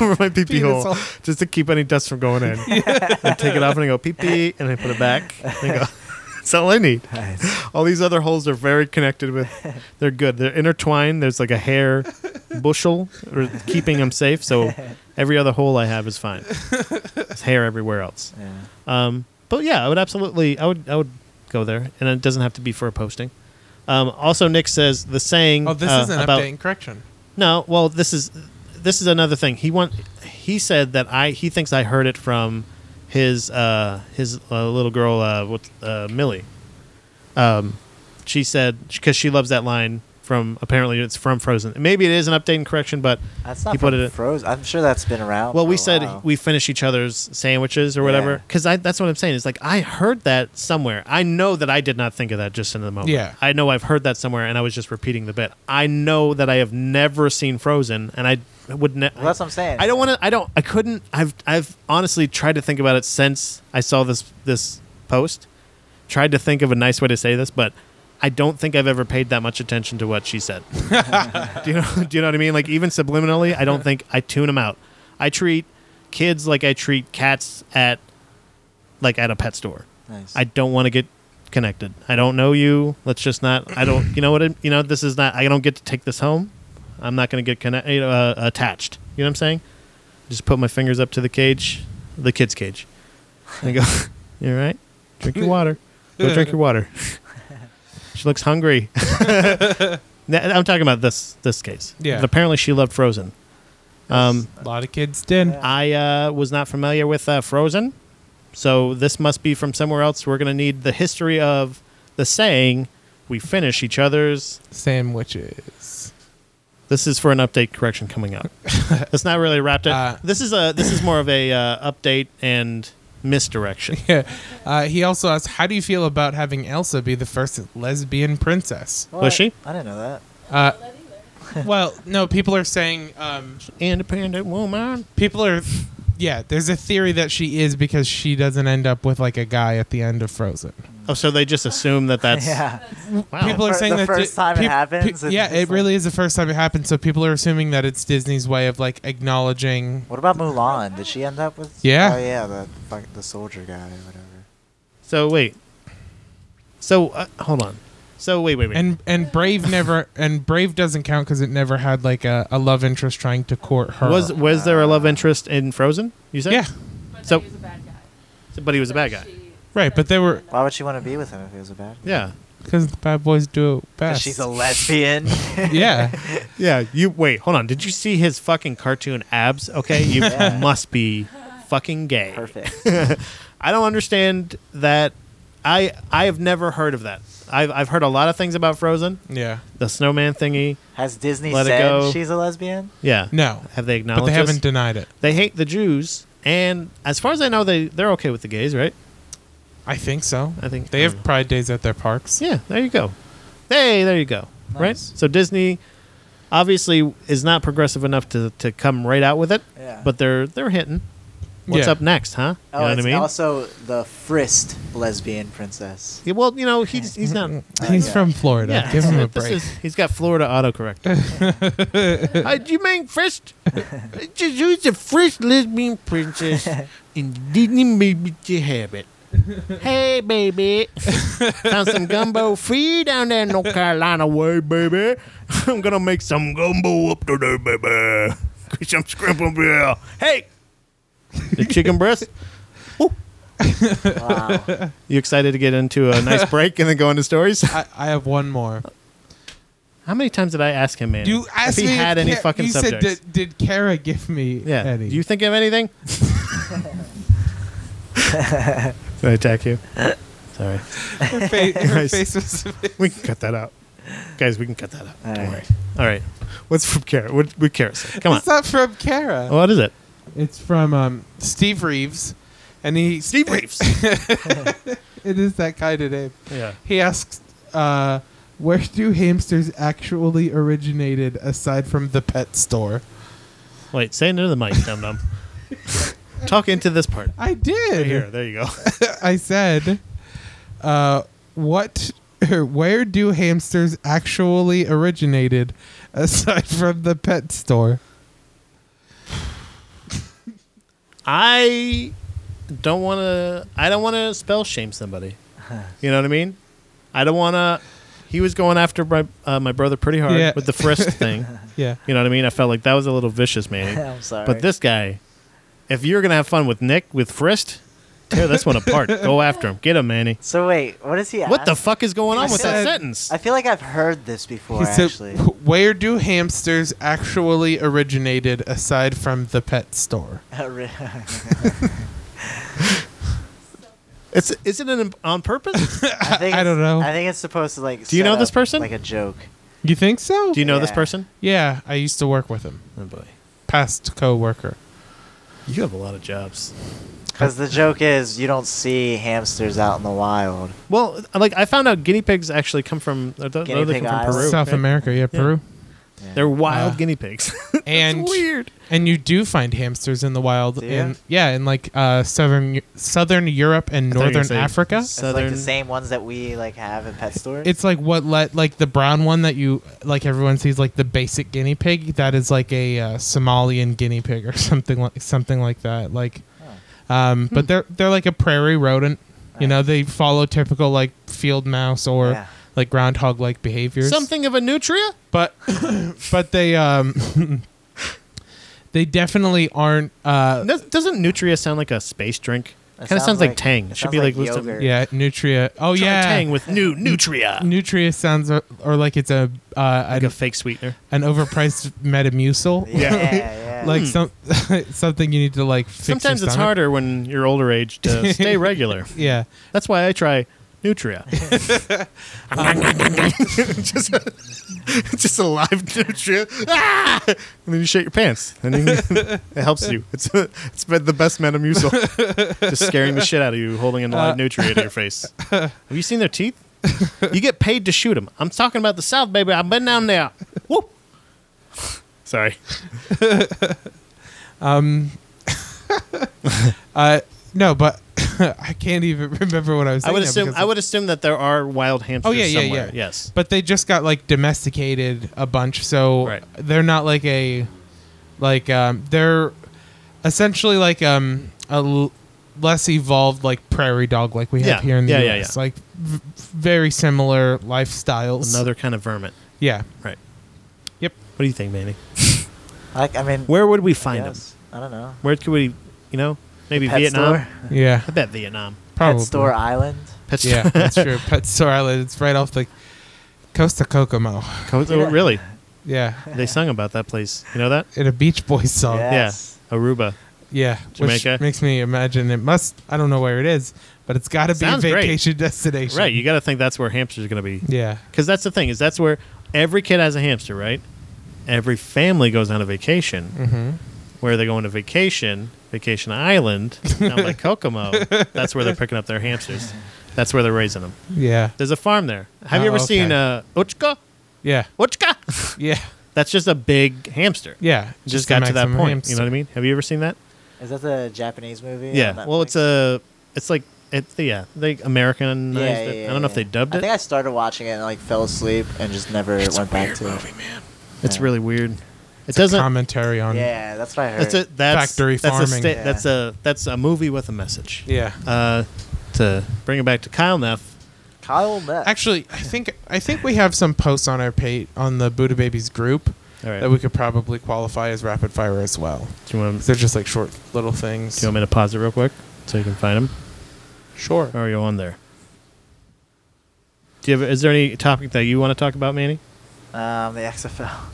(laughs) over my pee pee
penis
hole
hole.
just to keep any dust from going
(laughs)
in. I take it off and I go pee pee, and I put it back. And I go. (laughs) That's all I need.
(laughs) Nice.
All these other holes are very connected with. They're good. They're intertwined. There's like a hair bushel or keeping them safe. So every other hole I have is fine. It's hair everywhere else.
Yeah.
Um, but yeah, I would absolutely. I would. I would go there, and it doesn't have to be for a posting. Um, also, Nick says the saying.
Oh, this
uh,
is an
about,
update and correction.
no, well, this is this is another thing. He want he said that I he thinks I heard it from his uh his uh, little girl uh what uh Millie. Um, she said because she loves that line from apparently it's from Frozen. Maybe it is an update and correction, but
That's not
He
he
put it in-
Frozen. I'm sure that's been around.
well,
for
we
a
said
while.
we finish each other's sandwiches or whatever.
Yeah.
Because I that's what I'm saying. It's like I heard that somewhere. I know that I did not think of that just in the moment.
Yeah.
I know I've heard that somewhere, and I was just repeating the bit. I know that I have never seen Frozen, and I would never.
Well, that's what I'm saying.
I don't want to. I don't. I couldn't. I've. I've honestly tried to think about it since I saw this this post. Tried to think of a nice way to say this, but I don't think I've ever paid that much attention to what she said. (laughs) do you know? Do you know what I mean? Like even subliminally, I don't think I tune them out. I treat kids like I treat cats at like at a pet store.
Nice.
I don't want to get connected. I don't know you. Let's just not. I don't. You know what? I, you know this is not. I don't get to take this home. I'm not going to get connect, you know, uh, attached. You know what I'm saying? Just put my fingers up to the cage, the kid's cage, and go. (laughs) You all right? Drink your water. Go drink your water. (laughs) she looks hungry. Now, I'm talking about this this case.
Yeah.
Apparently, she loved Frozen. Um,
A lot of kids did.
Yeah.
I uh, was not familiar with uh, Frozen, so this must be from somewhere else. We're going to need the history of the saying, we finish each other's.
Sandwiches.
This is for an update correction coming
(laughs)
up. That's not really wrapped up.
Uh,
this is a this is more of a uh, update and misdirection.
(laughs) Yeah. Uh, he also asked, "How do you feel about having Elsa be the first lesbian princess?"
What?
Was she?
I didn't know that.
Uh, well, no. People are saying um,
Independent woman.
people are yeah there's a theory that she is because she doesn't end up with like a guy at the end of frozen
Oh, so they just assume that that's
(laughs) yeah.
(laughs) wow.
people are
The
saying that
first time it
peop-
happens,
pe-
it's
yeah
just
it
like-
really is the first time it happens so people are assuming that it's disney's way of like acknowledging
What about Mulan? Did she end up with?
Yeah.
Oh yeah, the fuck, the soldier guy or whatever.
So wait. So uh, hold on. So wait, wait, wait.
and and brave never and brave doesn't count because it never had like a, a love interest trying to court her
was was there a love interest in Frozen? You said
yeah
But
So-
so, he was a bad guy.
but he was a bad guy.
But she-
Right, but they were-
Why would she want to be with him if he was a bad? guy?
Yeah.
because the bad boys do it
'Cause
best
She's a lesbian.
(laughs)
yeah
(laughs)
Yeah, you wait, hold on. Did you see his fucking cartoon abs? Okay, you
(laughs) Yeah.
must be fucking gay.
Perfect.
I don't understand that I I have never heard of that. I've I've heard a lot of things about Frozen,
yeah
the snowman thingy.
Has Disney
Let it
said
go.
she's a lesbian?
Yeah.
no
Have they
but
acknowledged
they haven't
this?
denied it
They hate the Jews and as far as I know they they're okay with the gays, right?
i think so
I think
they have pride days at their parks
Yeah, there you go. Hey, there you go. Right?
Nice.
So Disney obviously is not progressive enough to, to come right out with it,
Yeah.
but they're they're hitting. What's
Yeah.
up next, huh?
oh, it's also the frist lesbian princess.
Yeah, well, you know, he's he's not.
He's
yeah.
from Florida.
Yeah,
Give him a
(laughs) this
break.
is- he's got Florida autocorrect.
(laughs)
uh, you mean first? Just use the first lesbian princess and didn't maybe to have it. Hey, baby. Found some gumbo free down there in North Carolina way, baby. (laughs) I'm going to make some gumbo up today, baby. Get some scrambled beer. Hey! The chicken (laughs) breast? (laughs)
Wow.
You excited to get into a
(laughs)
nice break and then go into stories?
I, I have one more.
How many times did I ask him, man?
You
if
asked
he
me
had
if
any
Ca-
fucking
you
subjects.
said, did, "Did Kara give me
yeah.
any?"
Do you think of
(laughs)
anything? did I attack you? Sorry.
her fa-
(laughs)
her
Nice.
face was.
We can cut that out, guys. We can cut that out.
All
Don't
right.
worry. All right. What's from Kara? What what Kara said? Come on. Oh.
It's not from Kara.
What is it?
It's from um, Steve Reeves, and he
Steve Reeves.
it is that kind of name.
yeah.
He asks, uh, "Where do hamsters actually originated, aside from the pet store?"
Wait. Say into the mic, dum
(laughs)
dum. Talk into this part.
(laughs) I did.
Here. There you go.
I said, uh, "What (laughs) where do hamsters actually originated aside from the pet store?
I don't want to. I don't want to spell shame
(laughs)
somebody. You know what I mean? I don't want to. He was going after my uh, my brother pretty hard
Yeah.
with the frisk
(laughs)
thing.
Yeah.
You know what I mean? I felt like that was a little vicious, man.
(laughs) I'm sorry.
But this guy, if you're gonna have fun with Nick with Frist, tear this one
(laughs)
apart. Go after him. Get him, Manny.
So wait, what is he?
What the
ask-
fuck is going on
I
with that
said-
sentence?
I feel like I've heard this before.
He said,
actually, (laughs)
"Wh- "Where do hamsters actually originated aside from the pet store?" (laughs)
It's is it an, on purpose?
I, think
I
it's-
don't know.
I think it's supposed to like.
Do you
set
know this
up
person?
Like a joke.
You think so?
Do you know this
(laughs) Yeah.
person?
yeah, I used to work with him.
Oh boy,
Past coworker.
you have a lot of jobs.
Because the joke is you don't see hamsters out in the wild.
Well, like I found out guinea pigs actually come from they're, they're-
Guinea
they're
pig
from
island.
Peru.
South
right?
America, yeah,
Yeah.
Peru.
Yeah.
They're wild
Uh,
guinea pigs. (laughs)
and-
it's weird.
And you do find hamsters in the wild
Do ya?
in yeah, in like uh southern southern Europe and
I thought you were
northern
saying
Africa.
It's
Southern-
like the same ones that we like have in pet stores.
It's like what let like the brown one that you like everyone sees like the basic guinea pig that is like a uh, Somalian guinea pig or (laughs) something like something like that. Like um but they're they're like a prairie rodent. You know, they follow typical like field mouse or
Yeah.
like groundhog like behaviors.
Something of a nutria.
but (coughs) but they um (laughs) they definitely aren't uh
Does- Doesn't nutria sound like a space drink?
It
Kind of sounds like, Tang. It,
it
should
sounds
be like,
like
listed-
yogurt.
yeah nutria oh
Try
yeah
Tang with new nutria,
nutria sounds or, or like it's a uh
like
an,
a fake sweetener.
an overpriced (laughs) metamucil
(laughs) yeah,
Yeah.
(laughs)
Hmm.
yeah.
like some (laughs) something you need to like fix your
Sometimes it's
stomach.
harder when you're older age
(laughs)
to stay regular.
yeah
That's why I try
(laughs)
nutria.
Um,
just, a, just a live nutria. Ah! And then you shake your pants, and then (laughs) you- it helps you. It's it's been the best metamucil. just scaring the shit out of you, holding a live
Uh,
nutria to your face. Have you seen their teeth? You get paid to shoot them. I'm talking about the South, baby. I've been down there. Woo. Sorry.
uh no but (laughs) i can't even (laughs) remember what i was
I would
saying now
assume.
because
I
of-
would assume that there are wild hamsters
Oh yeah, yeah,
somewhere.
yeah.
Yes.
but they just got like domesticated a bunch so
Right.
they're not like a like um they're essentially like um a l- less evolved like prairie dog like we
Yeah.
have here in the
Yeah, yeah,
US
yeah.
like v- very similar lifestyles
Another kind of vermin.
yeah
Right.
Yep.
What do you think, Manny?
Like I mean,
Where would we find them?
yes. I don't know.
Where could we, you know, maybe
Pet
Vietnam?
store.
yeah
I bet Vietnam.
probably
Pet store island.
Pet
yeah that's
(laughs)
true pet store island it's right off the coast of Kokomo
Co- oh,
Yeah.
Really?
yeah
They sung about that place. You know that?
in a Beach Boys song yeah,
Yes.
Yeah. Aruba. Jamaica.
which makes me imagine it must I don't know where it is but it's got to be a
Sounds great.
vacation destination
Right. You got to think that's where hamsters are going to be.
yeah
Because that's the thing is that's where every kid has a hamster, right? Every family goes on a vacation.
Mm-hmm.
Where they going to vacation? Vacation Island down
(laughs)
by Kokomo. That's where they're picking up their hamsters. That's where they're raising them.
Yeah.
There's a farm there. Have you
Oh,
ever seen
okay.
uh, Uchka?
Yeah.
Uchka?
Yeah.
That's just a big hamster.
Yeah.
Just, got
the
to that
maximum
point.
hamster.
You know what I mean? Have you ever seen that?
Is that the Japanese movie? on
Yeah. Well, it's
Netflix?
a. It's like it's the yeah. They Americanized
Yeah, yeah,
it. I
yeah,
don't know if they
yeah.
dubbed
I
it.
think I started watching it and like fell asleep and just never went back to it.
it's
yeah.
really weird. It
It's a
doesn't.
commentary on.
Yeah, that's what I heard.
That's a that's
Factory
that's A
farming.
sta-
Yeah.
That's a that's a movie with a message.
Yeah.
Uh, to bring it back to Kyle Neff.
Kyle Neff.
Actually, I think I think we have some posts on our page on the Buddha Babies group
All right.
that we could probably qualify as rapid fire as well.
do you want
'Cause They're just like short little things.
do you want me to pause it real quick so you can find him?
Sure.
Or are you on there? Do you have, is there any topic that you want to talk about, Manny? (laughs)
um, the XFL.
(laughs)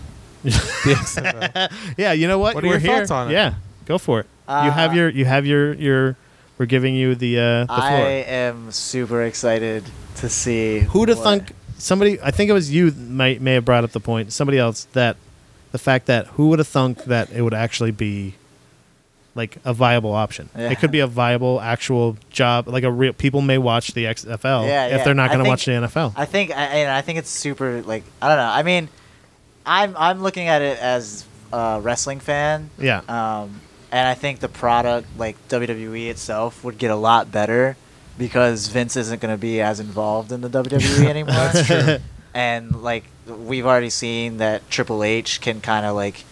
The XFL.
Yeah, you know what?
What are
We're
your
here.
thoughts on it?
Yeah, go for it. you have
Uh,
your, you have your, your. We're giving you the uh, the
I
floor.
am super excited to see
Who to
what-
thunk? Somebody, I think it was you might may have brought up the point. Somebody else that the fact that who would have thunk that it would actually be like a viable option.
Yeah.
It could be a viable actual job. Like a real people may watch the XFL
Yeah,
if
yeah.
they're not
I
going to
think-
watch the NFL.
I think I, and I think it's super like I don't know. I mean, I'm I'm looking at it as a wrestling fan.
(laughs) yeah,
E Um, and I think the product like WWE itself would get a lot better because Vince isn't going to be as involved in the
(laughs)
WWE anymore. That's true. And like we've already seen that Triple H can kind of like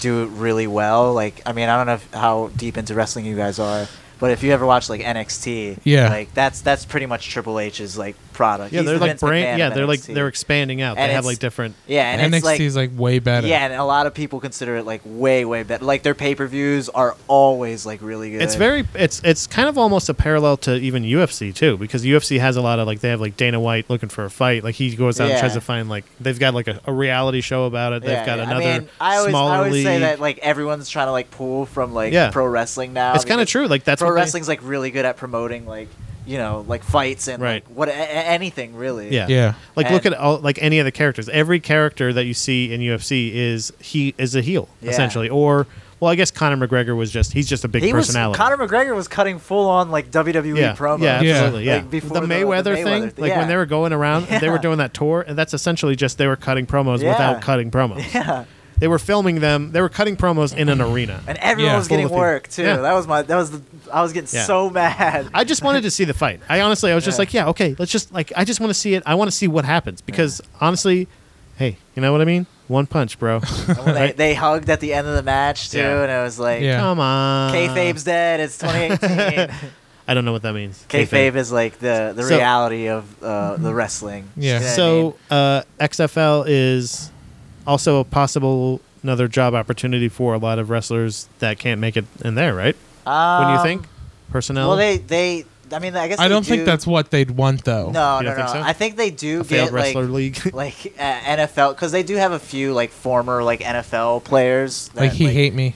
do it really well. Like I mean, I don't know if, how deep into wrestling you guys are, but if you ever watch like NXT,
Yeah.
like that's that's pretty much Triple H's like product.
Yeah,
He's
they're
the
like
Vince McMahon
brand.
of
Yeah, they're like
NXT.
they're expanding out.
And
they have
it's-
like different.
yeah, (laughs) and
NXT
it's like
is like way better.
yeah, and a lot of people consider it like way, way better. Like their pay per views are always like really good.
It's very it's it's kind of almost a parallel to even UFC too because UFC has a lot of like they have like Dana White looking for a fight like he goes out and
Yeah.
tries to find like they've got like a, a reality show about it they've
Yeah,
got
yeah.
another
I mean, I always,
smaller
I always
league
say that like everyone's trying to like pull from like
Yeah.
pro wrestling now.
it's kind of
because
true like that's
pro
what they-
wrestling's like really good at promoting like you know like fights and
Right.
like, what a- a- anything really.
yeah
Yeah.
like look at
And-
all like any of the characters every character that you see in UFC is he is a heel
Yeah.
essentially or well I guess Conor McGregor was just he's just a big
he was
personality
Conor McGregor was cutting full on like E WWE
yeah,
promo.
Yeah,
Yeah.
absolutely. Yeah,
Like, before
the,
the- the
Mayweather
Mayweather
thing,
thing,
like when
yeah.
they were going around, they were
(laughs) Yeah.
doing that tour, and that's essentially just they were cutting promos
Yeah.
without cutting promos.
(laughs) Yeah.
They were filming them. They were cutting promos in an arena.
And everyone
Yeah.
was
Full
getting
of people.
work too.
Yeah.
That was my that was the I was getting
Yeah.
so mad.
I just wanted to see the fight. I honestly, I was just
Yeah.
like, yeah, okay, let's just like, I just want to see it. I want to see what happens because honestly, hey, you know what I mean? One punch,
(laughs)
bro.
And (laughs) when they,
Right?
they hugged at the end of the match too,
Yeah.
and it was like,
Yeah.
Come on,
kayfabe's dead. It's
(laughs)
2018.
I don't know what that means.
kayfabe is like the the
So-
reality of uh, the wrestling.
Yeah.
You know what I mean?
So uh, XFL is also a possible another job opportunity for a lot of wrestlers that can't make it in there, right? When you
Um,
think personnel,
Well, they they. I mean, I guess
I
they
don't
do-
think that's what they'd want though.
No,
You
no,
don't
no.
think so?
I think they do
a failed
get
wrestler
like
league. (laughs)
like uh, NFL because they do have a few like former like NFL players. That,
Like he hate me.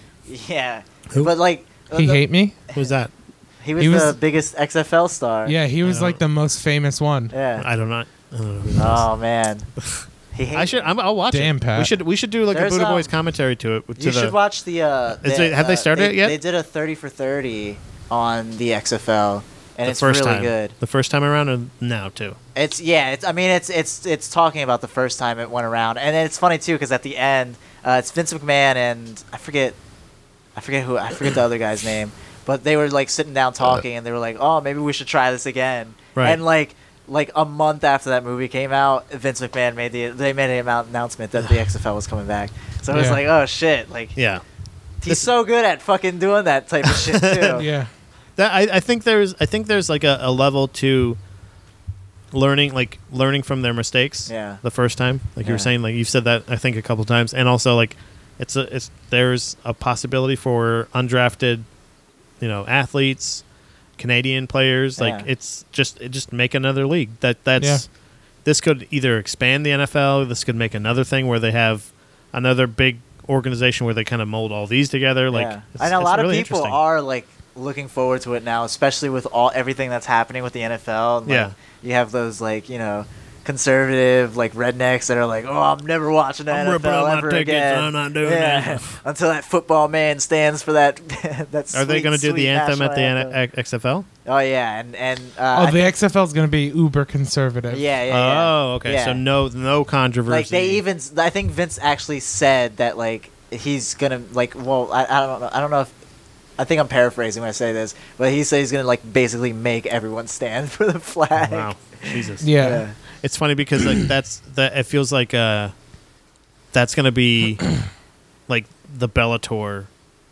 Yeah.
Who?
But like
He
the-
hate me.
Who's that?
He was,
He was-
the biggest XFL star.
Yeah, he was
No.
like the most famous one.
(laughs) Yeah.
I don't know. I don't know. who that is. (laughs)
Oh man. He hated
I should.
me.
I'm, I'll watch
Damn,
it.
Pat.
We should. We should do like
There's,
a Buddha
um,
Boys commentary to it. To
You
the,
should watch the. Uh,
Is
the-
it- have they
uh,
started
they,
it yet?
They did a thirty for thirty on the XFL, and
the
it's
first
really
time.
good.
The first time around, or now too.
It's yeah. It's I mean it's it's it's talking about the first time it went around, and it's funny too because at the end uh, it's Vince McMahon and I forget, I forget who I forget the other guy's name, but they were like sitting down talking, and they were like, oh maybe we should try this again,
Right.
and like. Like a month after that movie came out, Vince McMahon made the they made an amount- announcement that the XFL was coming back. So it was
Yeah.
like, oh shit! Like
Yeah.
he's so good at fucking doing that type of shit too.
Yeah.
That I, I think there's. I think there's like a, a level to learning, like learning from their mistakes.
Yeah.
The first time, like you
Yeah.
were saying, like you've said that I think a couple times, and also like it's a it's there's a possibility for undrafted, you know, athletes, Canadian players. Like
Yeah.
it's just it just make another league. That that's
Yeah.
this could either expand the NFL. This could make another thing where they have another big organization where they kind of mold all these together. Like
yeah.
it's-
and a
it's
lot
really
of people
interesting.
are like looking forward to it now, especially with all everything that's happening with the NFL. And, like,
Yeah.
you have those like you know conservative like rednecks that are like, oh, I'm never watching the
I'm
NFL
ripping all my
ever
tickets.
again.
I'm not doing
yeah.
that.
(laughs) until that football man stands for that. (laughs) that
Are they
going to
do the anthem at the N- X- XFL?
oh yeah, and and uh,
Oh,
I
the
think-
XFL is going to be uber conservative.
yeah, yeah, yeah.
Oh, okay.
Yeah.
So no, no controversy.
like they even i think vince actually said that like he's gonna like well i, I don't know i don't know if i think i'm paraphrasing when i say this but he said he's gonna like basically make everyone stand (laughs) for the flag
Wow, Jesus.
Yeah.
yeah
It's funny because like that's that. It feels like uh, that's gonna be (clears throat) like the Bellator.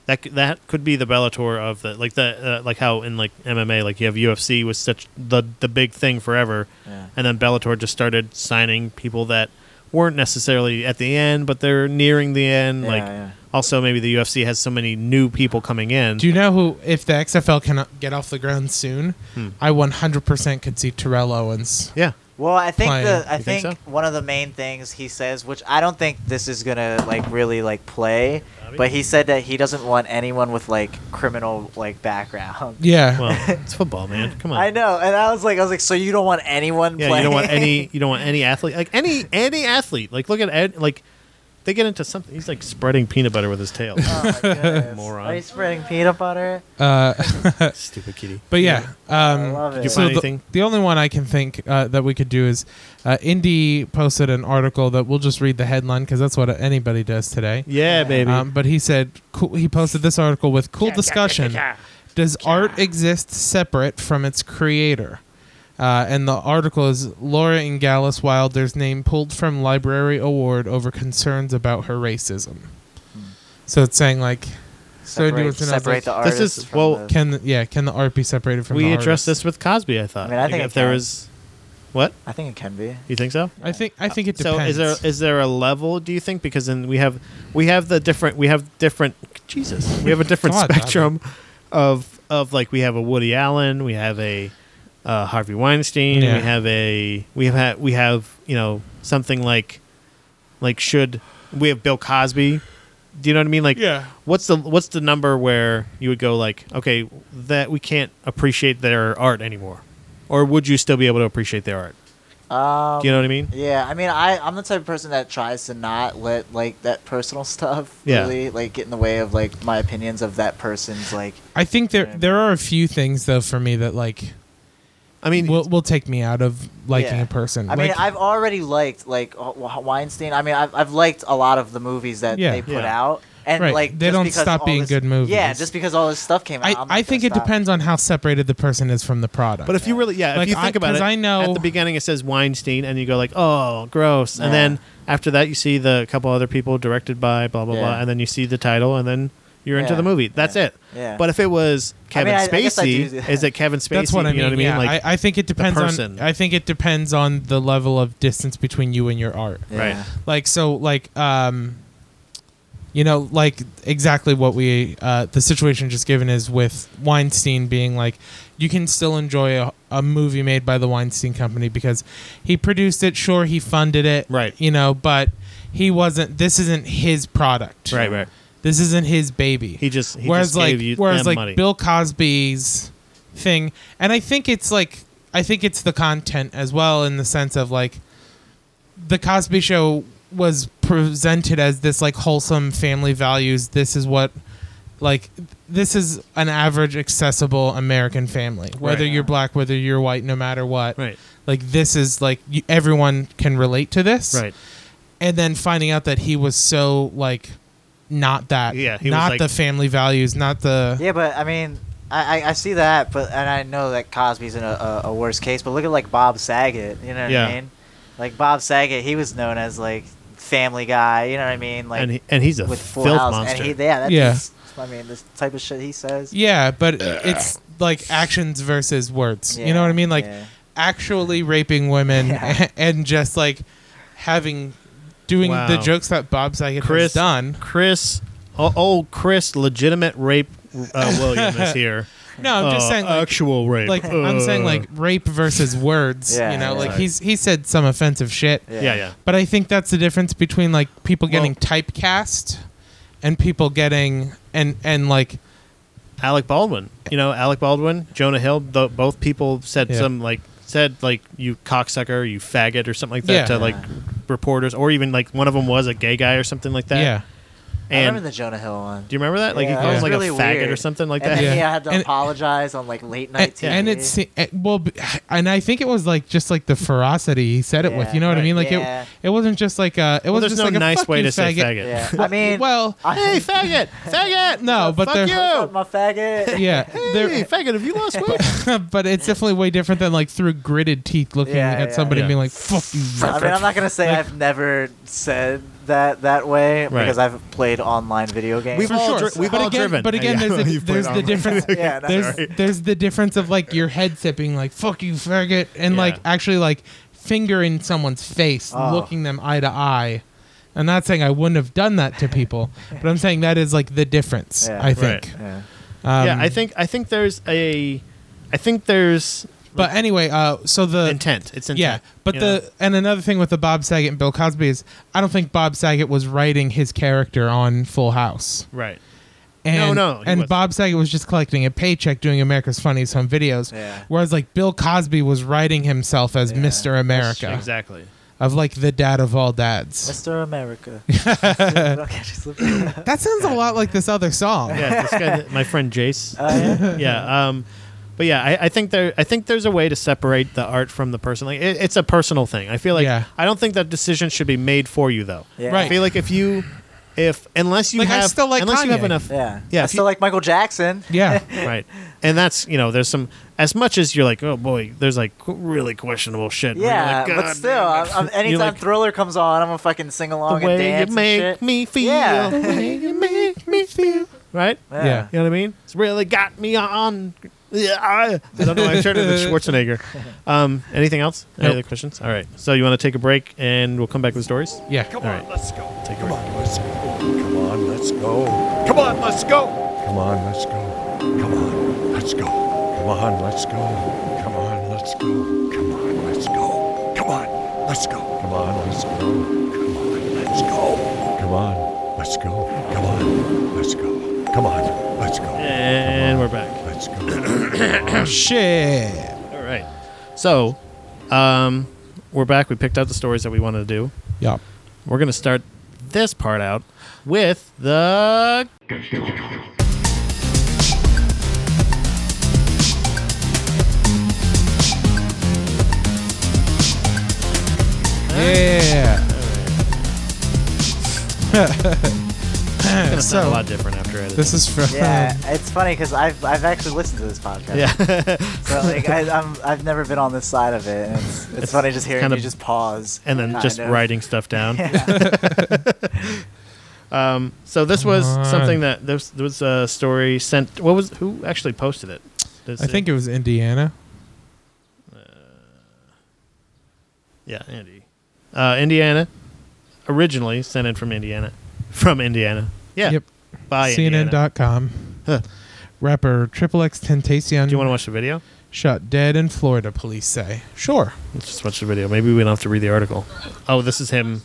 That c- that could be the Bellator of the like the uh, like how in like MMA like you have UFC was such the the big thing forever,
Yeah.
and then Bellator just started signing people that weren't necessarily at the end, but they're nearing the end.
Yeah,
like
yeah.
also maybe the UFC has so many new people coming in.
Do you know who? If the XFL cannot uh, get off the ground soon,
Hmm.
I 100% could see Terrell Owens.
yeah.
well i think
Playing.
the i
You
think,
think
one of the main things he says which i don't think this is gonna like really like play but he said that he doesn't want anyone with like criminal like background
Yeah.
Well, it's football, man. Come on.
(laughs) I know, and I was like, I was like, so you don't want anyone
Yeah,
playing?
you don't want any. You don't want any athlete. Like any any athlete. Like look at Ed. Like they get into something. He's like spreading peanut butter with his tail.
(laughs)
Oh my goodness.
Moron.
Are you spreading peanut butter?
(laughs) uh, (laughs)
Stupid kitty.
but yeah.
I
Um,
love it.
you
so
find
the,
anything?
the only one I can think uh, that we could do is uh, Indy posted an article that we'll just read the headline because that's what anybody does today.
Yeah, baby.
Um, but he said cool, he posted this article with cool discussion. Does art exist separate from its creator? Uh, and the article is Laura Ingallis Wilder's name pulled from Library Award over concerns about her racism. So it's saying like, so do you
Hmm. Separate,
want to know, it's
separate
like,
the
This
artist.
is-
from
well,
the-
can yeah can the art be separated from?
we
the
addressed
artist?
this with Cosby. I thought.
I mean, I
Like,
think
if
it
there
can.
was, what
I think it can be.
you think so?
I think I think it
So
depends.
is there is there a level? Do you think because then we have we have the different we have different Jesus we have a
(laughs)
different
God,
spectrum of of like we have a Woody Allen we have a uh, Harvey Weinstein
Yeah.
we have a we have had we have you know something like like should we have Bill Cosby? Do you know what I mean? Like
yeah
what's the what's the number where you would go like okay that we can't appreciate their art anymore, or would you still be able to appreciate their art?
Um,
Do you know what I mean?
Yeah, I mean, I I'm the type of person that tries to not let like that personal (laughs) stuff
Yeah.
really like get in the way of like my opinions of that person's like.
I think there
Yeah.
there are a few things though for me that like
I mean
will will take me out of liking
Yeah.
a person.
I mean,
Like,
I've already liked like uh, Wa- Weinstein. I mean, I've I've liked a lot of the movies that
Yeah.
they put
Yeah.
out, and
Right.
like
They
just
don't
because
stop
all
being
this-
good movies.
Yeah, just because all this stuff came out.
I,
I'm
I
not
think
gonna
it
stop.
depends on how separated the person is from the product.
But if you really, yeah,
Like,
if you
I-
think about
'cause
it,
I know-
at the beginning it says Weinstein, and you go like, "Oh, gross," and
Yeah.
then after that you see the couple other people directed by blah blah
Yeah.
blah, and then you see the title, and then you're into
Yeah.
the movie. That's
Yeah.
it.
Yeah.
But if it was
I mean,
Kevin
I- I guess I do
Spacey,
do that.
is it Kevin Spacey?
(laughs) that's what I mean.
You know what I mean?
Yeah,
Like,
I, I think it depends on.
person.
I think it depends on the level of distance between you and your art.
Yeah.
Right.
Like so, like um, you know, like exactly what we uh, the situation just given is with Weinstein being like, you can still enjoy a, a movie made by the Weinstein Company because he produced it. Sure, he funded it.
Right.
You know, but he wasn't. This isn't his product.
right, right.
This isn't his baby.
He just he
whereas
just
like
gave you
whereas
them
like
money.
Bill Cosby's thing, and I think it's like I think it's the content as well in the sense of like the Cosby Show was presented as this like wholesome family values. This is what like this is an average accessible American family. Whether
Right.
you're black, whether you're white, no matter what,
right,
like this is like you, everyone can relate to this
right.
and then finding out that he was so like not that
Yeah, he was,
not
like-
the family values not the
Yeah, but I mean, I, I, I see that, but and I know that Cosby's in a, a, a worse case, but look at like Bob Saget. You know what
Yeah.
I mean? Like Bob Saget, he was known as like Family Guy. You know what I mean? Like
and he, and he's a
with Full
filth
House,
monster.
and he yeah, that's
Yeah.
just- I mean, this type of shit he says.
yeah but it's like actions versus words you know what i mean like
yeah.
actually raping
(laughs)
women
Yeah.
(laughs) and just like having doing the
Wow.
jokes that bob saget
Chris
has done
Chris, oh, old Chris, legitimate rape uh, William
(laughs)
is here.
no i'm just
Uh,
saying like,
actual rape.
like i'm saying
Uh.
like rape versus words
Yeah,
you know
yeah.
like he's he said some offensive shit
yeah, yeah.
But I think that's the difference between like people getting
Well-
typecast and people getting and and like
Alec Baldwin. You know, Alec Baldwin, Jonah Hill. Th- both people said
Yeah.
some like said like you cocksucker, you faggot, or something like that
Yeah.
to like reporters, or even like one of them was a gay guy or something like that.
yeah.
I
And
remember the Jonah Hill one.
do you remember that? Like
Yeah,
he
that
calls
was
like
really
a faggot
weird.
or something like
and
that.
Yeah.
then he had to
And-
apologize on like late night
And,
TV.
and it's it, well, b- and I think it was like just like the ferocity he said it with.
Yeah,
You know what I
right,
mean? Like
yeah.
it, it wasn't just like uh, it
Well,
wasn't
there's
just
no
like a
nice
"Fuck
way
you,
to say
faggot.
faggot. (laughs)
yeah. I mean,
(laughs) well,
I,
Hey,
(laughs)
faggot, faggot.
No, but
fuck
they're-
What's up,
you.
my faggot.
(laughs) yeah,
Hey,
there-
faggot, have you lost
(laughs)
weight?
(laughs) but it's definitely way different than like through gritted teeth looking
Yeah,
at
yeah.
somebody
Yeah.
and being like "fuck you."
I mean, I'm not gonna say
Like-
I've never said that that way because I've played online video games.
We've (laughs)
For
all
sure.
dri- we've
but
all
again,
driven.
But again,
Yeah.
there's, a,
(laughs) You've played
there's the
online.
difference.
(laughs)
(laughs)
yeah, that's
there's
Sorry.
there's the difference of like your head sipping like fuck you faggot and
Yeah.
like actually like finger in someone's face
Oh.
looking them eye to eye i'm not saying i wouldn't have done that to people but i'm saying that is like the difference
Yeah.
i think
Right.
yeah.
um,
yeah, I think I think there's a, I think there's
but anyway uh so the
intent. It's intent.
yeah but
you
the
know?
and another thing with the bob saget and bill cosby is i don't think bob saget was writing his character on full house
right.
And,
no, he
and
wasn't.
Bob Saget was just collecting a paycheck doing America's Funniest Home Videos,
Yeah.
whereas like Bill Cosby was writing himself as
Yeah.
Mr. America,
Exactly.
of like the dad of all dads.
Mr.
(laughs)
America. Okay, just look it up.
That sounds a lot like this other song.
Yeah, this guy, my friend
(laughs)
Jace.
(laughs) Oh, yeah?
yeah. Um, but yeah, I, I think there, I think there's a way to separate the art from the person. Like it, it's a personal thing. I feel like
Yeah.
I don't think that decision should be made for you though.
Yeah.
Right.
I feel like if you if unless you
Like, I
have
still like
unless you have
Kanye.
enough
Yeah.
Yeah,
I
if
still
you-
like Michael Jackson.
(laughs)
Yeah.
right and that's you know there's some as much as you're like oh boy there's like qu- really questionable shit where you're
Yeah,
like,
but
Oh "God
still,
damn
I'm,
it."
I'm,
You're
anytime
like,
Thriller comes on, I'm gonna fucking sing along
the
and
way you
dance
make
and shit.
me feel
Yeah.
the way you make me
(laughs)
feel right
Yeah.
you know what I mean? It's really got me on. Yeah, I I don't know. why I turned
(laughs)
into Schwarzenegger. Um, anything else? Any
Nope.
other questions? All right. So you want to take a break, and we'll come back with stories.
Yeah.
Come
All
on,
right.
let's go.
Take a
Come
break.
on, let's go. Come on, let's go. Come on, let's go. Come on, let's go. Come on, let's go. Come on, let's go. Come on, let's go. Come on, let's go. Come on, let's go. Come on, let's go. Come on, let's go. Come on, let's go. Come on, let's go. Come on, let's go.
And we're back.
Let's go.
Oh, Shit.
All right. So, um, we're back. We picked out the stories that we wanted to do.
Yeah.
We're gonna start this part out with the.
Yeah.
It's gonna sound
So-
a lot different after editing.
This is from.
Yeah, it's funny because I've I've actually listened to this podcast.
yeah. (laughs)
So like I, I'm I've never been on this side of it. And it's, it's funny just hearing
kind
you
of-
just pause
and then
kind
just
of.
writing stuff
(laughs)
down. (laughs) um, so this was
Come on.
something that this there was a story sent. What was who actually posted it? Does
I think it was Indiana.
yeah, Andy, uh, Indiana, originally sent in from Indiana, from Indiana. Yeah,
Yep.
by Indiana.
CNN.com.
Huh.
Rapper Triple X Tentacion
Do you want to watch the video?
shot dead in Florida, police say. Sure.
Let's just watch the video. Maybe we don't have to read the article. Oh, this is him.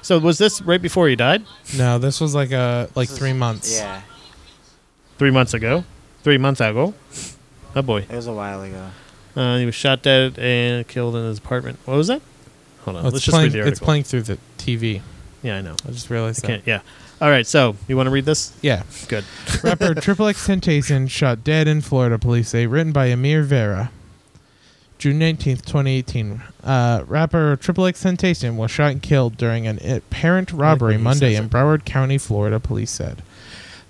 So was this right before he died?
No, this was like a like
This is-
three months.
Yeah,
Three months ago. Three months ago. Oh boy.
it was a while ago.
Uh, he was shot dead and killed in his apartment. What was that? Hold on. Let's
Well, Oh, it's,
just
playing,
read the article.
it's playing through the TV.
Yeah, I know.
I just realized
Can't,
that.
yeah. All right. So you want to read this?
Yeah. (laughs)
Good. (laughs)
Rapper Triple X Tentacion shot dead in Florida, police say. Written by Amir Vera. June 19th, 2018. Uh, rapper Triple X Tentacion was shot and killed during an apparent robbery
when he
Monday
says
in
it.
Broward County, Florida, police said.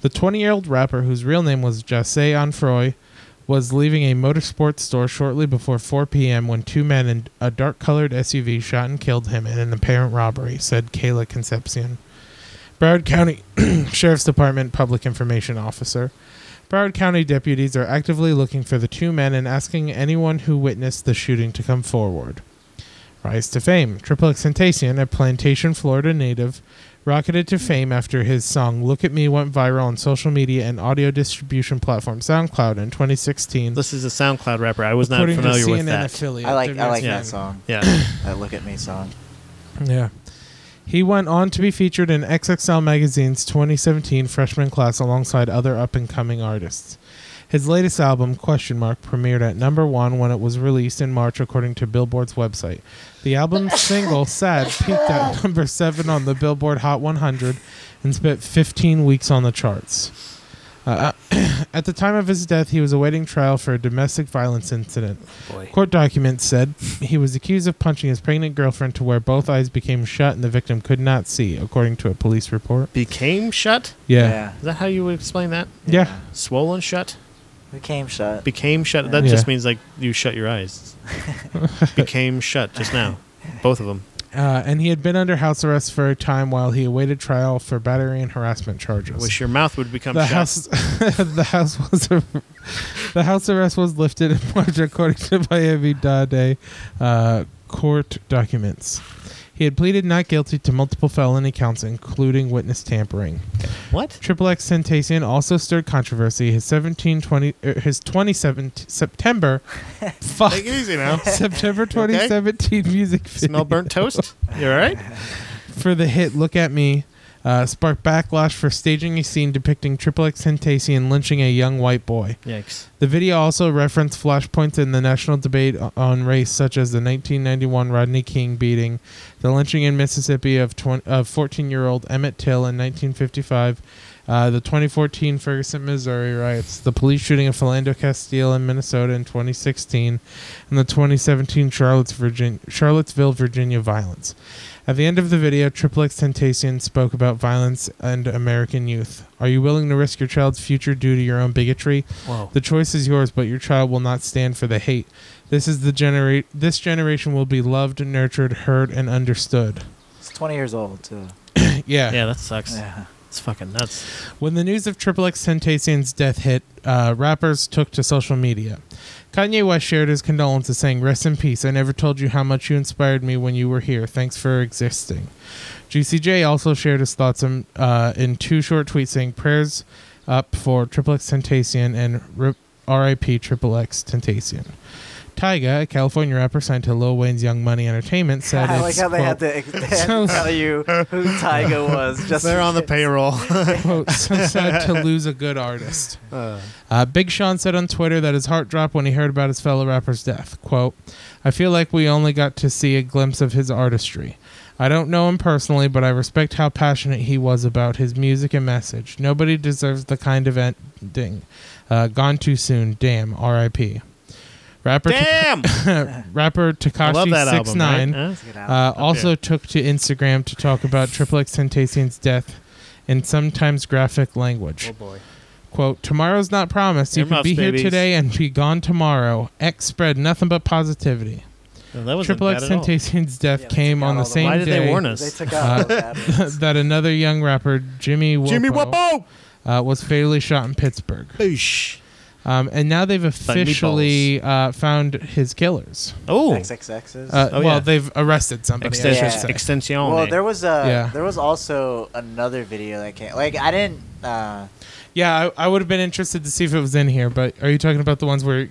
The 20 year old rapper, whose real name was Jesse Onfroy, was leaving a motorsports store shortly before 4 p.m. when two men in a dark colored SUV shot and killed him in an apparent robbery, said Kayla Concepcion. Broward County Sheriff's Department Public Information Officer. Broward County deputies are actively looking for the two men and asking anyone who witnessed the shooting to come forward. Rise to fame. Triple X Tentacion, a Plantation, Florida native, rocketed to fame after his song Look at Me went viral on social media and audio distribution platform SoundCloud in 2016.
this is a SoundCloud rapper. I was not
according
familiar
to CNN
with that.
affiliate.
I like I like
Yeah. (laughs)
that song.
Yeah.
(coughs)
That Look at Me song.
Yeah. He went on to be featured in XXL Magazine's 2017 freshman class alongside other up and coming artists. His latest album, Question Mark, premiered at number one when it was released in March, according to Billboard's website. The album's single, Sad, peaked at number seven on the Billboard Hot 100 and spent 15 weeks on the charts. Uh, (coughs) at the time of his death, he was awaiting trial for a domestic violence incident.
Boy.
Court documents said he was accused of punching his pregnant girlfriend to where both eyes became shut and the victim could not see, according to a police report.
Became shut.
Yeah.
Is that how you would explain that?
Yeah.
Swollen shut.
Who came shut?
Became shut. That
Yeah.
just means like you shut your
(laughs)
eyes. Became shut just now. Both of them.
Uh, and he had been under house arrest for a time while he awaited trial for battery and harassment charges.
I wish your mouth would become
the
shut.
house, (laughs) the house was, (laughs) the house arrest was lifted in March, according to Miami Dade uh, court documents. He had pleaded not guilty to multiple felony counts, including witness tampering.
What?
Triple X Tentacion also sstirred controversy. His 17, 20, er, his 27
(laughs)
September, fuck,
Take it easy (laughs) now.
September 2017 music video
Smell burnt toast? You all right?
for the hit "Look at Me" uh, sparked backlash for staging a scene depicting Triple X Tentacion lynching a young white boy.
Yikes.
The video also referenced flashpoints in the national debate o- on race, such as the 1991 Rodney King beating, the lynching in Mississippi of 14 year old Emmett Till in 1955, Uh, the 2014 Ferguson, Missouri riots, the police shooting of Philando Castile in Minnesota in 2016, and the 2017 Charlottes, Virgin- Charlottesville, Virginia violence. At the end of the video, Triplex Temptation spoke about violence and American youth. Are you willing to risk your child's future due to your own bigotry?
Whoa.
The choice is yours, but your child will not stand for the hate. This is the genera- This generation will be loved, nurtured, heard, and understood.
It's 20 years old, too.
Yeah.
Yeah, that sucks.
Yeah.
It's fucking nuts.
When the news of Triple X Tentacion's death hit, uh, rappers took to social media. Kanye West shared his condolences, saying, "Rest in peace. I never told you how much you inspired me when you were here. Thanks for existing." Juicy J also shared his thoughts in, uh, in two short tweets, saying, "Prayers up for Triple X Tentacion and rip- R.I.P. Triple X Tentacion." Tyga, a California rapper signed to Lil Wayne's Young Money Entertainment, said,
I like
it's,
how they had
quote,
to, ex- (laughs) they had to tell you who Tyga
(laughs)
was. Just
They're on the payroll.
quote, so sad to lose a good artist. Uh, Big Sean said on Twitter that his heart dropped when he heard about his fellow rapper's death. Quote, I feel like we only got to see a glimpse of his artistry. I don't know him personally, but I respect how passionate he was about his music and message. Nobody deserves the kind of ending. Uh, gone too soon. Damn. R.I.P. Rapper,
(laughs)
(laughs)
Damn.
Ta- rapper
I love that
Takashi
album.
Six Nine
right? Huh?
Get out.
uh, also took to Instagram to
(laughs)
talk about Triple X Tentacion's death in sometimes graphic language.
Oh boy.
Quote, tomorrow's not promised. You
Earmuffs,
could be
babies.
here today and be gone tomorrow. X spread nothing but positivity.
No, that was
Triple X Tentacion's death
Yeah, they
came
took out
on the
all the-
same
Why did
day
they warn us?
they took
Uh,
out all
(laughs)
that.
(laughs) that another young rapper, Jimmy Wopo,
Jimmy Wapo.
Uh, was fatally shot in Pittsburgh.
Boosh.
Um, and now they've
meatballs.
officially uh, found his killers.
Oh.
XXX's.
Uh,
Oh,
well,
yeah.
they've arrested somebody. I
Extension.
Yeah.
should say.
Extension.
well, there was a
Yeah.
there was also another video that came. Like I didn't. Uh,
Yeah, I, I would have been interested to see if it was in here, but are you talking about the ones where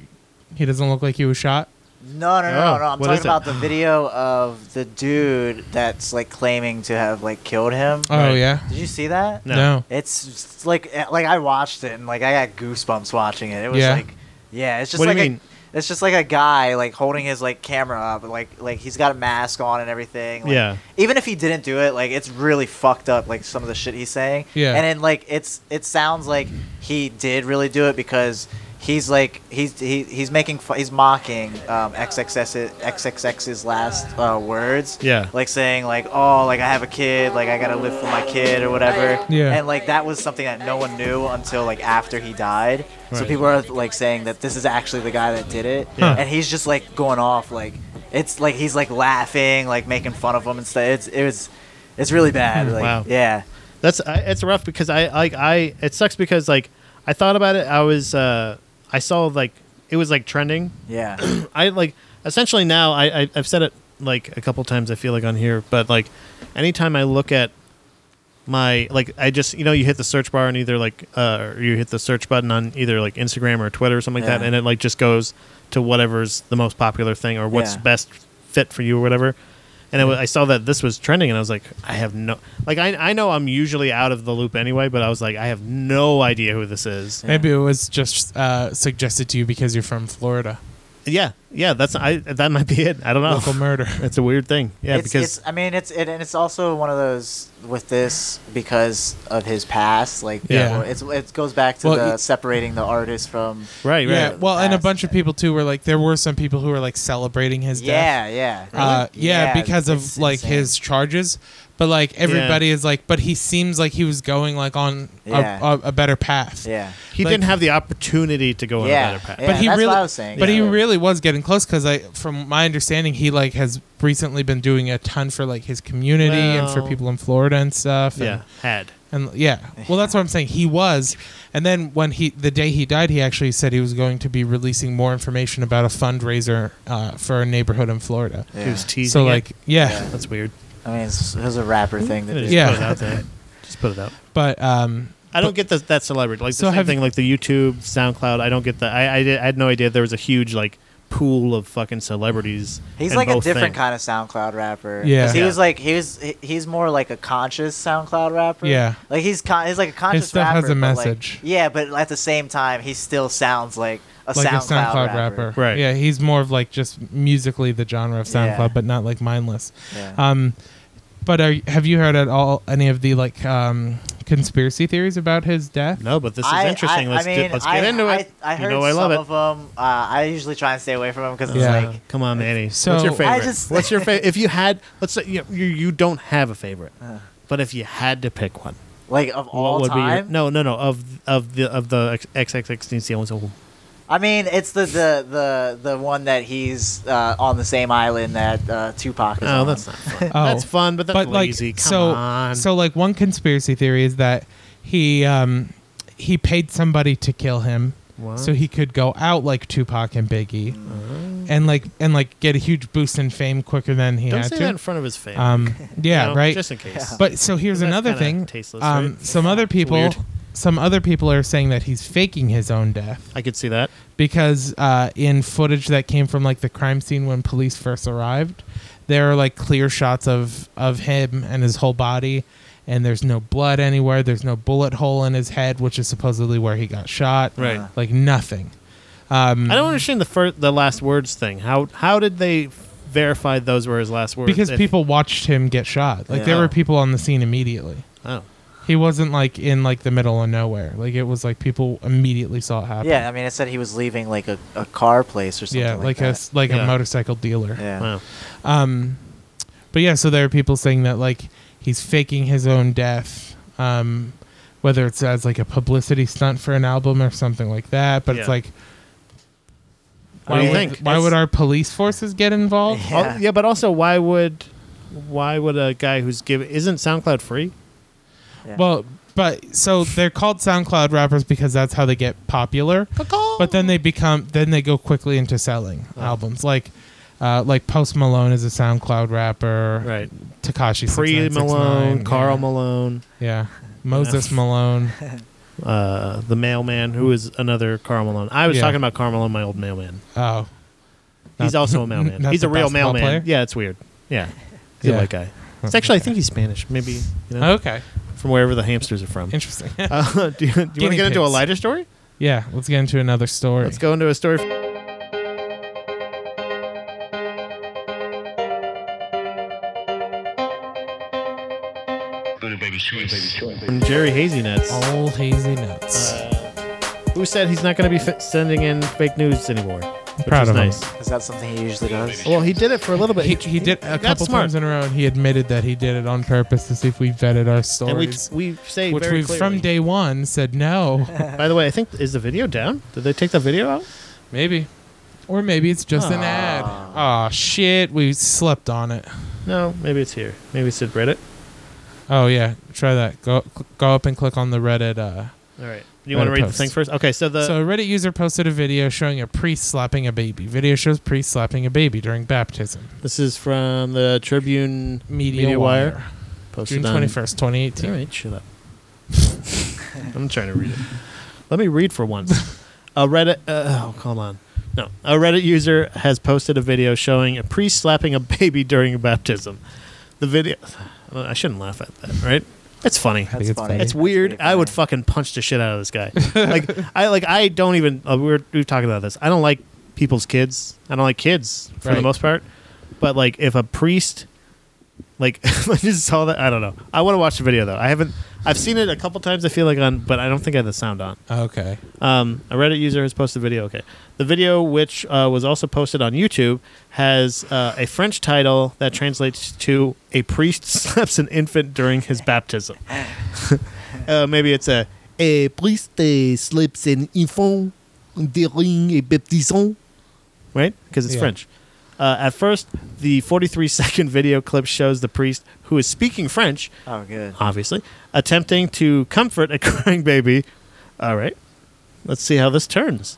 he doesn't look like he was shot?
no, no, no, no,
Oh,
no. I'm
what
talking
is it?
about the video of the dude that's like claiming to have like killed him.
Oh
Right.
yeah.
Did you see that?
No.
No.
It's just like like I watched it and like I got goosebumps watching it. It was
Yeah.
like yeah, it's just
What do
like
you mean?
A, it's just like a guy like holding his like camera up, like like he's got a mask on and everything. Like,
Yeah.
Even if he didn't do it, like it's really fucked up. Like some of the shit he's saying.
Yeah.
And then like it's it sounds like he did really do it because. He's like he's he, he's making fu- he's mocking um, XXX XXX's last uh, words.
Yeah.
Like saying like oh like I have a kid like I gotta live for my kid or whatever.
Yeah.
And like that was something that no one knew until like after he died. So
Right.
people are like saying that this is actually the guy that did it,
Yeah.
and he's just like going off like it's like he's like laughing like making fun of him and stuff. It's it was it's really bad. Like,
Wow.
Yeah.
That's I, it's rough because I like I it sucks because like I thought about it. I was uh I saw like it was like trending.
(clears throat)
Yeah.
I like essentially now I, I I've said it like a couple times. I feel like on here, but like anytime I look at my like I just you know you hit the search bar and either like uh or you hit the search button on either like Instagram or Twitter or something like that,
Yeah.
and it like just goes to whatever's the most popular thing or what's
Yeah.
best fit for you or whatever. And it wa- I saw that this was trending, and I was like, I have no like I I know I'm usually out of the loop anyway, but I was like, I have no idea who this is.
Maybe it was just uh, suggested to you because you're from Florida.
Yeah, yeah, that's I that might be it. I don't know.
(laughs)
(laughs)
Local murder.
It's a weird thing. Yeah,
it's,
because
it's, I mean, it's it, and it's also one of those with this because of his past. Like,
Yeah.
it's it goes back to
Well,
the
y-
separating the artist from.
right, right.
Yeah. Well, and a
Past
bunch of
that.
people too were like, there were some people who were like celebrating his death.
Yeah, yeah,
Uh, yeah,
Yeah,
because
it's
of like
insane.
his charges, but like everybody is like, but he seems like he was going like on
Yeah.
a, a, a better path.
yeah.
he
like-
didn't have the opportunity to go on
Yeah,
a better path.
yeah.
but he
that's what
really,
I was saying,
but
yeah.
he really was getting close because I, from my understanding, he like has recently been doing a ton for like his community and for
Well-
people in Florida and stuff.
Yeah, had.
and, and yeah, well, that's what I'm saying. He was, and then when he the day he died, he actually said he was going to be releasing more information about a fundraiser uh, for a neighborhood in Florida.
He was teasing.
So
it.
like, yeah,
that's weird.
I mean, it's, it was a rapper thing to do.
Just
Yeah.
put it out
(laughs)
there. Just put it out.
but um,
I don't get the, that celebrity like the
So
same
have-
thing like the YouTube, SoundCloud. I don't get that. I I, did, I had no idea there was a huge like pool of fucking celebrities.
He's
in
like a
both
different
things.
kind of SoundCloud rapper. 'Cause
Yeah.
he
Yeah.
was like he was he- he's more like a conscious SoundCloud rapper.
Yeah.
like he's con- he's like a conscious
stuff
rapper.
has a
but, like-
message.
yeah, but at the same time, he still sounds like a
like
SoundCloud,
a SoundCloud
rapper.
rapper.
Right.
Yeah, he's more of like just musically the genre of SoundCloud,
Yeah.
but not like mindless.
Yeah.
Um, but are, have you heard at all any of the like um, conspiracy theories about his death?
No, but this is interesting. let's do- let's get into it.
I, I heard
you know I love
some
it.
of them. Uh, I usually try and stay away from them because it's
Yeah.
like
Come on, Manny.
So-
What's your
I
favorite?
just-
What's your favorite? If you had, let's say you, you you don't have a favorite,
Uh.
but if you had to pick one,
like of all
what would
time.
be your, no, no, no of of the of the XXXTentacion.
I mean, it's the the the, the one that he's uh, on the same island that uh, Tupac is
Oh,
on.
that's not fun.
Oh.
That's fun, but that's
but like
lazy. Come
so
on.
so like one conspiracy theory is that he um he paid somebody to kill him
What?
so he could go out like Tupac and Biggie and like and like get a huge boost in fame quicker than he
Oh. don't
had
say
to.
that in front of his face.
um
(laughs)
yeah,
You know, (sighs)
right.
Just in case.
But so here's
That's
another
kinda
thing.
tasteless,
um,
right?
Some other people,
weird.
some other people are saying that he's faking his own death
I could see that.
because uh, in footage that came from like the crime scene when police first arrived, there are like clear shots of of him and his whole body, and there's no blood anywhere. There's no bullet hole in his head, which is supposedly where he got shot.
Right.
Uh-huh.
Like nothing. Um,
I don't understand the fir- the last words thing. How how did they verify those were his last words?
because
If-
people watched him get shot. Like there
Yeah.
were people on the scene immediately.
Oh.
He wasn't like in like the middle of nowhere. Like it was like people immediately saw it happen.
Yeah, I mean, it said he was leaving like a, a car place or something.
yeah,
like,
like, a s- like
Yeah.
a motorcycle dealer.
that. yeah.
Wow.
Um, but yeah, so there are people saying that like he's faking his own death, um, whether it's as like a publicity stunt for an album or something like that. But it's
Yeah.
like,
What do you
would,
think?
Why would our police forces get involved?
Al- (laughs) Yeah. but also why would why would a guy who's giving isn't SoundCloud free?
yeah.
(laughs) Well, but so they're called SoundCloud rappers because that's how they get popular. But then they become then they go quickly into selling albums like. Uh, like Post Malone is a SoundCloud rapper,
Right.
Takashi
Pre
6969,
Malone,
yeah.
Carl Malone,
Yeah.
(laughs)
Moses Malone.
uh, the mailman, who is another Carl Malone. I was
Yeah.
talking about Carl Malone, my old mailman.
Oh.
He's
Not- (laughs)
also a mailman.
not
He's
the
a real
basketball
mailman.
player?
Yeah, it's weird. Yeah, he's a
Yeah.
white guy. It's actually, I think he's Spanish. Maybe you know,
Okay.
from wherever the hamsters are from.
Oh. Interesting.
(laughs) Uh, do you, do you want to
Guinea
get into a
pigs.
lighter story?
yeah, let's get into another story.
Let's go into a story. From Jerry Hazy Nuts,
All hazy nuts.
Uh, who said he's not going to be fi- sending in fake news anymore, which
Proud
is
of him.
nice.
is that something he usually does?
Well, he did it for a little bit.
he, he did a
that's
couple
smart.
times in a row, and he admitted that he did it on purpose to see if we vetted our
and we
stories,
we say
which
very
we've
clearly.
from day one
(laughs)
said no.
By the way, I think is the video down? Did they take the video out?
maybe, or maybe it's just an ad.
Ah.
Oh shit, we slept on it.
No, maybe it's here. Maybe it's at Reddit.
Oh yeah, try that. Go cl- go up and click on the Reddit. Uh,
All right. Do you want to
Reddit
read
post.
the thing first? Okay, so the
so a Reddit user posted a video showing a priest slapping a baby. Video shows priest slapping a baby during baptism.
this is from the Tribune
Media,
Media Wire.
Wire.
posted
June
on-
twenty first, twenty eighteen.
All right, shut up. (laughs) I'm trying to read it. Let me read for once. A Reddit. Uh, oh, come on. No, a Reddit user has posted a video showing a priest slapping a (laughs) baby during baptism. The video. (sighs) Well, I shouldn't laugh at that, right? It's funny.
think it's funny.
It's weird.
pretty
I would
funny.
fucking punch the shit out of this
(laughs)
guy. like I like I don't even. Uh, we we're we were talking about this. I don't like people's kids. I don't like kids for the
Right.
most part. But like if a priest, like (laughs) I just saw that. I don't know. I want to watch the video though. I haven't. I've seen it a couple times. I feel like on, but I don't think I had the sound on.
Okay.
Um, a Reddit user has posted a video. Okay, the video, which uh, was also posted on YouTube, has uh, a French title that translates to "A priest (laughs) slaps an infant during his baptism." (laughs) uh, maybe it's a "A priest uh, slaps an infant during a baptism," right? Because it's
Yeah.
French. Uh, at first, the 43 second video clip shows the priest who is speaking French
Oh, good.
obviously, attempting to comfort a (laughs) crying baby. All right, let's see how this turns.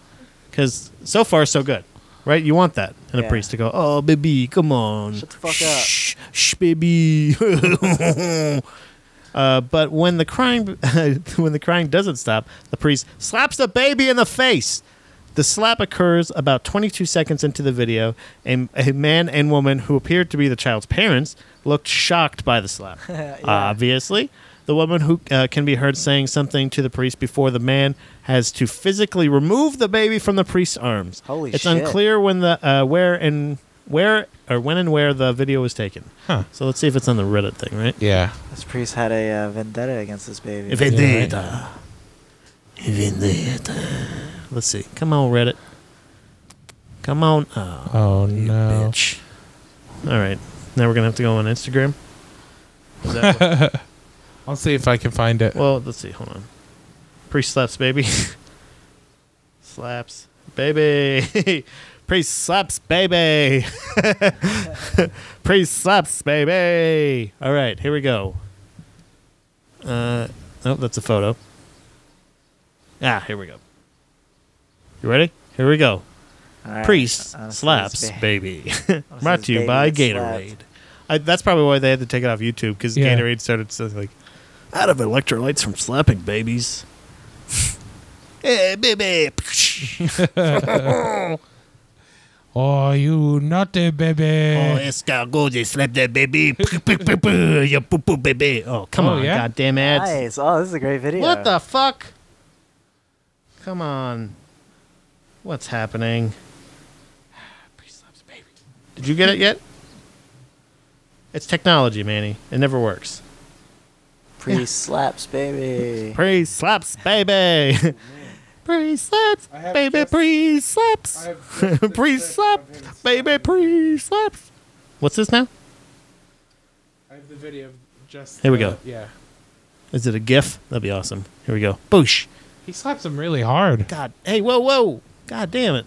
Because so far, so good, right? You want that. And a
Yeah.
priest to go, oh, baby, come on.
Shut the fuck up."
shh, up. Shh, baby. (laughs) Uh, but when the crying (laughs) when the crying doesn't stop, the priest slaps the baby in the face. The slap occurs about 22 seconds into the video, and a man and woman who appeared to be the child's parents looked shocked by the
(laughs)
slap. Obviously, the woman who uh, can be heard saying something to the priest before the man has to physically remove the baby from the priest's arms.
Holy
it's
shit.
unclear when the uh, where and where or when and where the video was taken.
Huh.
So let's see if it's on the Reddit thing, right?
Yeah.
This priest had a uh, vendetta against this baby.
If it
Yeah,
did, uh, if it did, uh, Let's see. Come on, Reddit. Come on. Oh,
Oh
you
no.
bitch. All right. Now we're going to have to go on Instagram. Is that (laughs) what-
I'll see if I can find it.
well, let's see. Hold on. Priest slaps baby. (laughs) slaps baby. (laughs) Priest slaps baby. (laughs) Priest slaps baby. All right. Here we go. Uh, oh, that's a photo. Ah, here we go. You ready? Here we go.
All right.
Priest
Honestly, this
slaps
ba-
(laughs) baby. Brought
this
to you
baby
by
that slapped.
Gatorade. I, that's probably why they had to take it off YouTube because
Yeah.
Gatorade started saying like, out of electrolytes from slapping (laughs) babies. hey, Eh, baby.
Oh, you naughty baby.
(laughs) Oh, escargot, they slap that (laughs) baby. you poo poo baby. Oh, come
Oh,
on,
yeah?
goddamn ads.
Nice. Oh, this is a great video.
What the fuck? Come on. What's happening? Priest slaps baby. Did you get it yet? It's technology, Manny. It never works.
Priest slaps baby.
Pre slaps, baby.
(laughs)
pre slaps,
I have
baby.
just-
Pre slaps,
have
(laughs)
(laughs)
just the
pre
clip of him
slaps, baby. Pre slaps. What's this now?
I have the video of just.
Here we go.
Yeah.
Is it a GIF? That'd be awesome. Here we go. Boosh.
He slaps him really hard.
God. Hey. Whoa. Whoa. God damn it.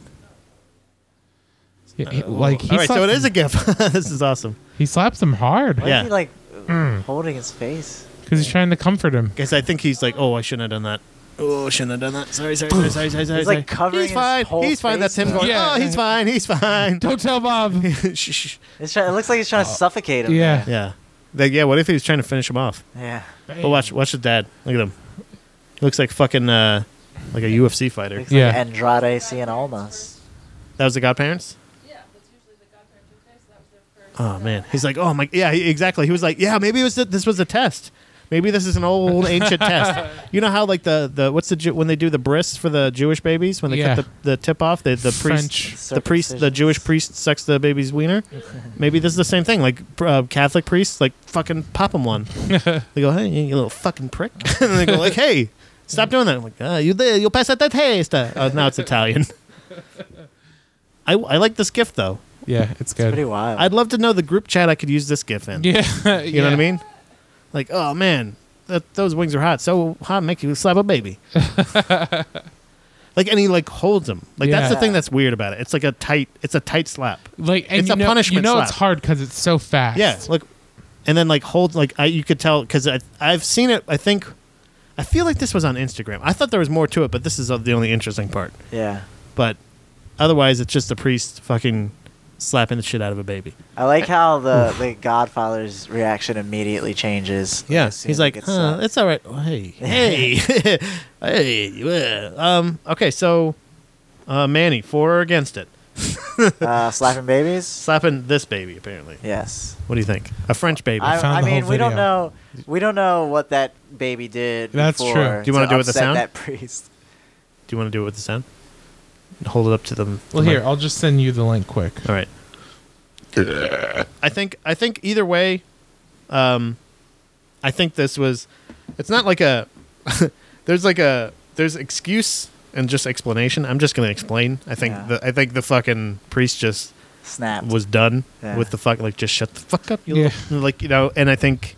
He- he- like he
All right.
slaps
So it is a
him,
GIF. (laughs) this is awesome.
He slaps him hard
Why
Yeah.
is he like
Hmm.
holding his face?
because he's trying to comfort him.
Because I think he's like, oh, I shouldn't have done that. Oh, shouldn't have done that. Sorry, sorry, sorry, sorry, sorry. sorry,
He's,
sorry.
like, covering
He's
his
fine.
whole
he's fine. That's
face,
him going.
Yeah.
Oh, he's fine. He's (laughs) fine.
Don't tell Bob.
Shh, shh.
It's try- it looks like he's trying to suffocate him.
(laughs) Uh, yeah.
yeah. Like, yeah. What if he was trying to finish him off?
Yeah.
But watch, watch his dad. Look at him. He looks like fucking uh, like a UFC fighter.
Looks
Yeah.
like Andrade seeing Almas.
That was the godparents.
Yeah, that's usually the godparent who plays. That was their first.
Oh man, he's like, oh my, yeah, he- exactly. He was like, yeah, maybe it was this was a test. Maybe this is an old ancient test. You know how like the the what's the Ju- when they do the bris for the Jewish babies when they
Yeah.
cut the, the tip off the the priest
French.
the priest the Jewish priest sucks the baby's wiener. Maybe this is the same thing. Like pr- uh, Catholic priests like fucking pop him
(laughs)
one. they go, hey, you little fucking prick, (laughs) and they go like, hey, stop doing that. I'm like, ah, you there? You'll pass out that taste. Oh, now it's Italian. (laughs) I, I like this gift though.
Yeah, it's good.
Pretty wild.
I'd love to know the group chat I could use this gif in.
(laughs) yeah. yeah.
You know what I mean? Like, oh man, that, those wings are hot. So hot, make you slap a
(laughs)
baby. like, and he like holds him. Like that's the
Yeah.
thing that's weird about it. It's like a tight. It's a tight slap.
Like, and
It's
you
a
know,
punishment
You know,
slap.
it's hard because it's so fast.
Yeah, like, and then like hold like I you could tell because I I've seen it. I think. I feel like this was on Instagram. I thought there was more to it, but this is uh, the only interesting part.
yeah.
But otherwise, it's just a priest fucking slapping the shit out of a baby.
I like
(laughs)
how the, the Godfather's reaction immediately changes.
Yeah,
as soon
he's
as
like,
it gets
uh,
slapped.
it's all right. Oh, hey, hey, (laughs) hey. yeah. Um, okay, so uh, Manny, for or against it? (laughs)
uh, slapping babies.
Slapping this baby, apparently.
Yes.
What do you think? A French baby.
I,
found
I
the
mean,
whole
we don't
video.
know. We don't know what that baby did.
That's
before
true. Do
you wanna do it with the
upset
sound?
That (laughs) priest.
do you want to do it with the sound? Hold it up to them.
Well, here, I'll just send you the link quick.
All right.
(coughs)
I think I think either way, um, I think this was. It's not like a. (laughs) there's like a there's excuse and just explanation. I'm just gonna explain. I think
Yeah.
the I think the fucking priest just
Snapped.
was done
Yeah.
with the fuck like just shut the fuck up you
Yeah.
little, (laughs) like you know and i think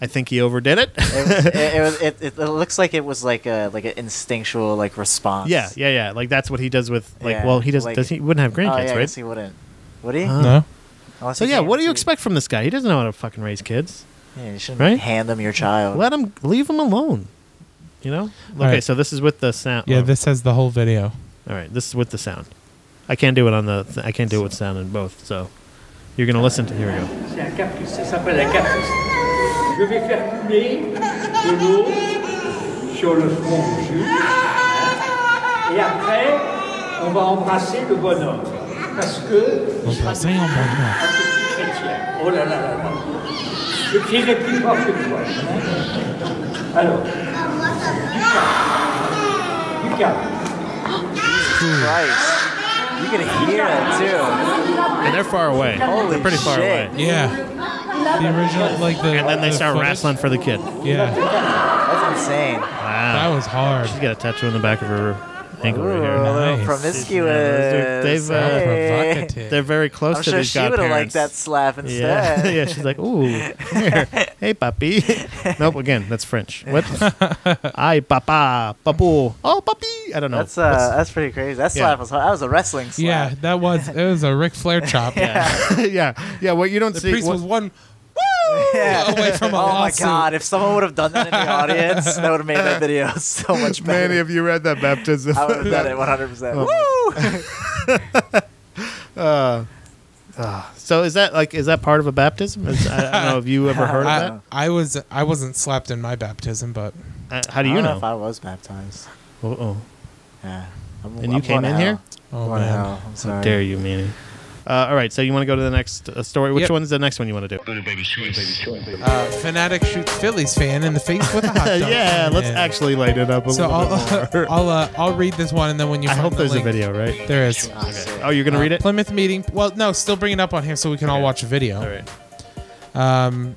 i think he overdid it
it, was,
(laughs)
it, it, was, it, it, it looks like it was like a like an instinctual like response.
yeah yeah yeah like that's what he does with like
Yeah,
well he does
like-
does he wouldn't have
Oh yeah,
grandkids
I guess
right
he wouldn't. Would he?
Uh,
No.
Unless
so
he
yeah
can't
what do you
see-
expect from this guy he doesn't know how to fucking raise kids
Yeah, you shouldn't
right?
hand them your child.
let him leave him alone you know okay
right.
so this is with the sound
Yeah,
oh,
this has the whole video.
all right this is with the sound i can't do it on the th- i can't do it with sound in both so you're gonna listen to here we go
C'est un cactus, ça s'appelle un cactus. Je vais faire couler de l'eau sur le front de Jules. Et après, on va embrasser le bonhomme. Parce que il sera
Embrasser un bonhomme.
un petit chrétien. Oh là là là là. Je crierai plus fort que toi. Alors. Du calme. Du calme.
Christ. You can hear it too.
and they're far away.
Holy
they're pretty far
shit.
away.
Yeah. The original, like the.
And then they
the
start
footage.
wrestling for the kid.
Yeah,
That's insane.
Wow.
that was hard.
She's got a tattoo on the back of her ankle
Ooh,
right
a
here.
little
Nice.
They've,
promiscuous.
uh,
Hey.
Provocative.
They're very close
I'm
to
sure
these
she would have liked
godparents.
that slap
(laughs)
instead.
yeah, yeah. She's like, ooh,
(laughs)
here. hey, papi. (laughs) nope, again, that's French.
(laughs)
What? Ay, papa, papu. Oh, papi. I don't know.
That's uh, that's pretty crazy. That
Yeah.
slap was hard. That was a wrestling slap.
Yeah, that was it was a Ric
(laughs)
Flair chop.
What's- yeah, yeah. What you don't
The
see.
priest
what-
was one
(laughs) Yeah.
(laughs) away from a
Oh my
lawsuit.
god! If someone would have done that in the audience, that would have made
(laughs)
that video so much better.
Manny, have you read that baptism?
I would
(laughs)
have done it 100. percent
So is that like is that part of a baptism? Is, I, I don't know. Have you
(laughs)
ever heard
I,
of
I was I wasn't slapped in my baptism, but
that? Uh, How do you
if
know?
I was baptized?
Oh,
Yeah. I'm,
and you came in here.
oh
One
man.
hell. I'm sorry.
Dare you, Manny? Uh, all right. So you want to go to the next uh, story? Which
Yep.
one's the next one you want to do?
Uh, fanatic shoots Phillies fan in the face with
(laughs)
a hot dog.
Uh, yeah, let's
And-
actually light it up a
So
little
I'll (laughs)
bit more.
I'll uh, I'll read this one, and then when you
I
find
hope
the
there's
link-
a video, right?
There is.
Oh, you're gonna
Uh,
read it.
Plymouth meeting. Well, no, still bring it up on here so we can all watch a video.
All right.
Um,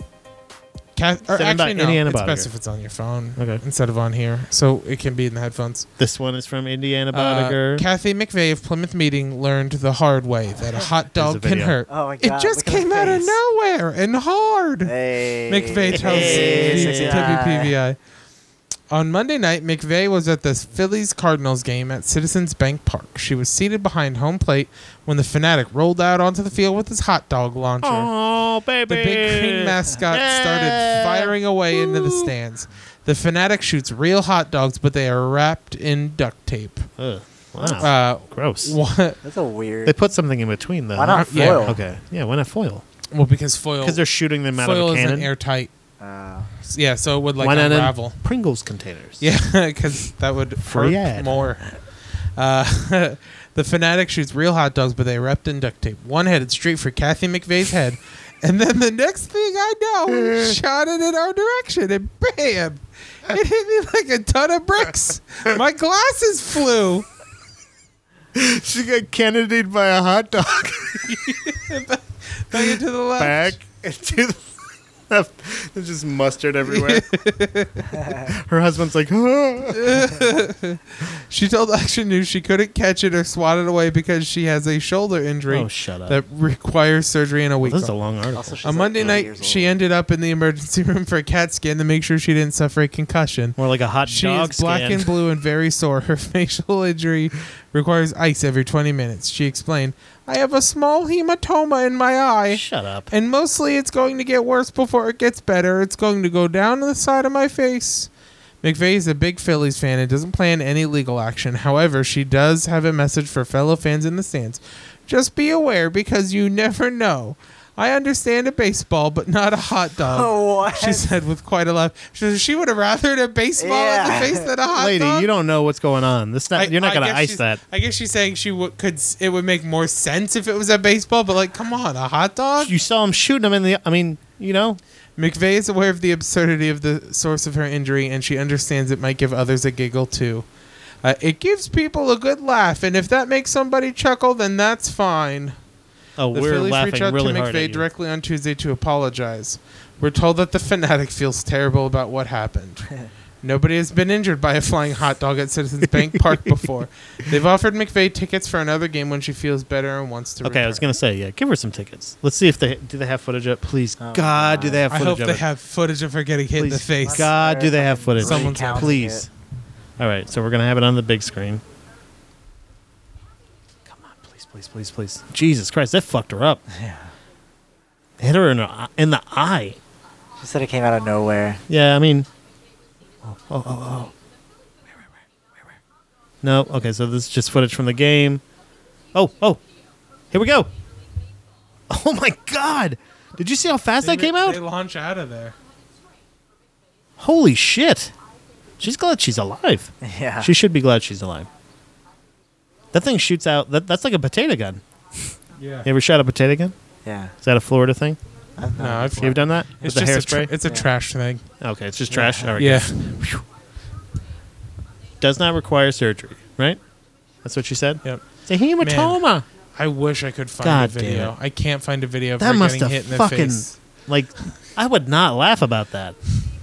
ca- or
Send it
actually,
back,
no.
Indiana
it's
Bobby.
best if it's on your phone
Okay.
instead of on here, so it can be in the headphones.
This one is from Indiana
Uh,
Bodiger.
Kathy McVeigh of Plymouth Meeting learned the hard way that a hot
(laughs) a
dog can
video.
hurt.
Oh my
it
God, look
just
at her
came out of
face.
nowhere and hard.
Hey.
McVeigh tells
Hey,
the
sexy guy.
WPVI. On Monday night, McVeigh was at the Phillies Cardinals game at Citizens Bank Park. She was seated behind home plate when the fanatic rolled out onto the field with his hot dog launcher.
oh, baby.
The big green mascot started firing away into the stands. The fanatic shoots real hot dogs, but they are wrapped in duct tape.
Ugh, wow.
Uh,
Gross.
what?
That's a weird.
they put something in between though.
Why not
Yeah.
foil?
Okay. Yeah. Why not foil?
Well, because foil
Because they're shooting them out
Oh. foil
of a
isn't
cannon. Ah.
airtight.
Uh,
Yeah, so it would like
why not
unravel.
in Pringles containers?
Yeah, (laughs) because that would
Free
hurt
ad.
more. Uh, (laughs) the fanatic shoots real hot dogs, but they wrapped in duct tape. One headed straight for Kathy McVeigh's head, and then the next thing I know,
(laughs)
he shot it in our direction, and bam! It hit me like a ton of bricks.
(laughs)
My glasses flew.
(laughs) she got cannoned by a hot dog (laughs)
Back into the left. (laughs)
into the left. There's just mustard (laughs) everywhere. Her husband's like, "Ah."
She told Action News she couldn't catch it or swat it away because she has a shoulder injury
oh, shut up.
that requires surgery in a week.
this is a
on
long article.
also, she's
On
like
Monday
80
night,
years
she
old.
ended up in the emergency (laughs) room for a CAT scan to make sure she didn't suffer a concussion.
More like a hot
She
dog
is black
scan.
and blue and very sore. (laughs) Her facial injury requires ice every 20 minutes. She explained, I have a small hematoma in my eye,
Shut up.
and mostly it's going to get worse before it gets better. It's going to go down to the side of my face. McVeigh is a big Phillies fan and doesn't plan any legal action. However, she does have a message for fellow fans in the stands. Just be aware because you never know. I understand a baseball, but not a hot dog.
Oh, what?
She said with quite a laugh. She, said she would have rather had a baseball
Yeah.
at the face than a hot
Lady,
dog.
you don't know what's going on. This not,
I-
you're not
I
going to
guess
ice
she's-
that.
I guess she's saying she would could. s- It would make more sense if it was a baseball, but like, come on, a hot dog.
You saw him shooting him in the. I mean, you know,
McVeigh is aware of the absurdity of the source of her injury, and she understands it might give others a giggle too. Uh, it gives people a good laugh, and if that makes somebody chuckle, then that's fine.
oh,
The
we're
Phillies
laughing
reach out
really
to
hard. At
McVeigh
you.
directly on Tuesday to apologize. We're told that the fanatic feels terrible about what happened.
(laughs)
Nobody has been injured by a flying hot dog at Citizens Bank
(laughs)
Park before. They've offered McVeigh tickets for another game when she feels better and wants to.
Okay, I was gonna say, yeah, give her some tickets. Let's see if they do they have footage up. Please,
Oh,
God, do they have
I
footage?
hope
of
they
it?
have footage of her getting hit
Please,
in the face.
God, do they have footage?
Someone's
Recounting
please.
it.
All right, so we're gonna have it on the big screen. Come on, please, please, please, please. Jesus Christ, that fucked her (laughs) up.
Yeah.
Hit her in, her, eye- in the eye.
(laughs) She said it came out of nowhere. (laughs)
Yeah, I mean. Oh, oh, oh, oh. No, okay, so this is just footage from the game. Oh, oh, here we go. Oh my God! Did you see how fast that came out?
They launch out of there.
Holy shit! She's glad she's alive.
Yeah.
She should be glad she's alive. That thing shoots out. That, that's like a potato gun.
Yeah.
You ever shot a potato gun?
yeah.
Is that a Florida thing?
No, I've,
You've done that
Oh, it's
with the
just a
hairspray.
tra- it's a
Yeah.
trash thing.
okay, it's just trash. All right,
Yeah.
good. Does not require surgery, right? That's what she said.
Yep.
It's a hematoma.
I wish I could find
God
a
damn
video.
it.
I can't find a video of
That
her
must
getting
have
hit in the
fucking
face.
like. I would not laugh about that.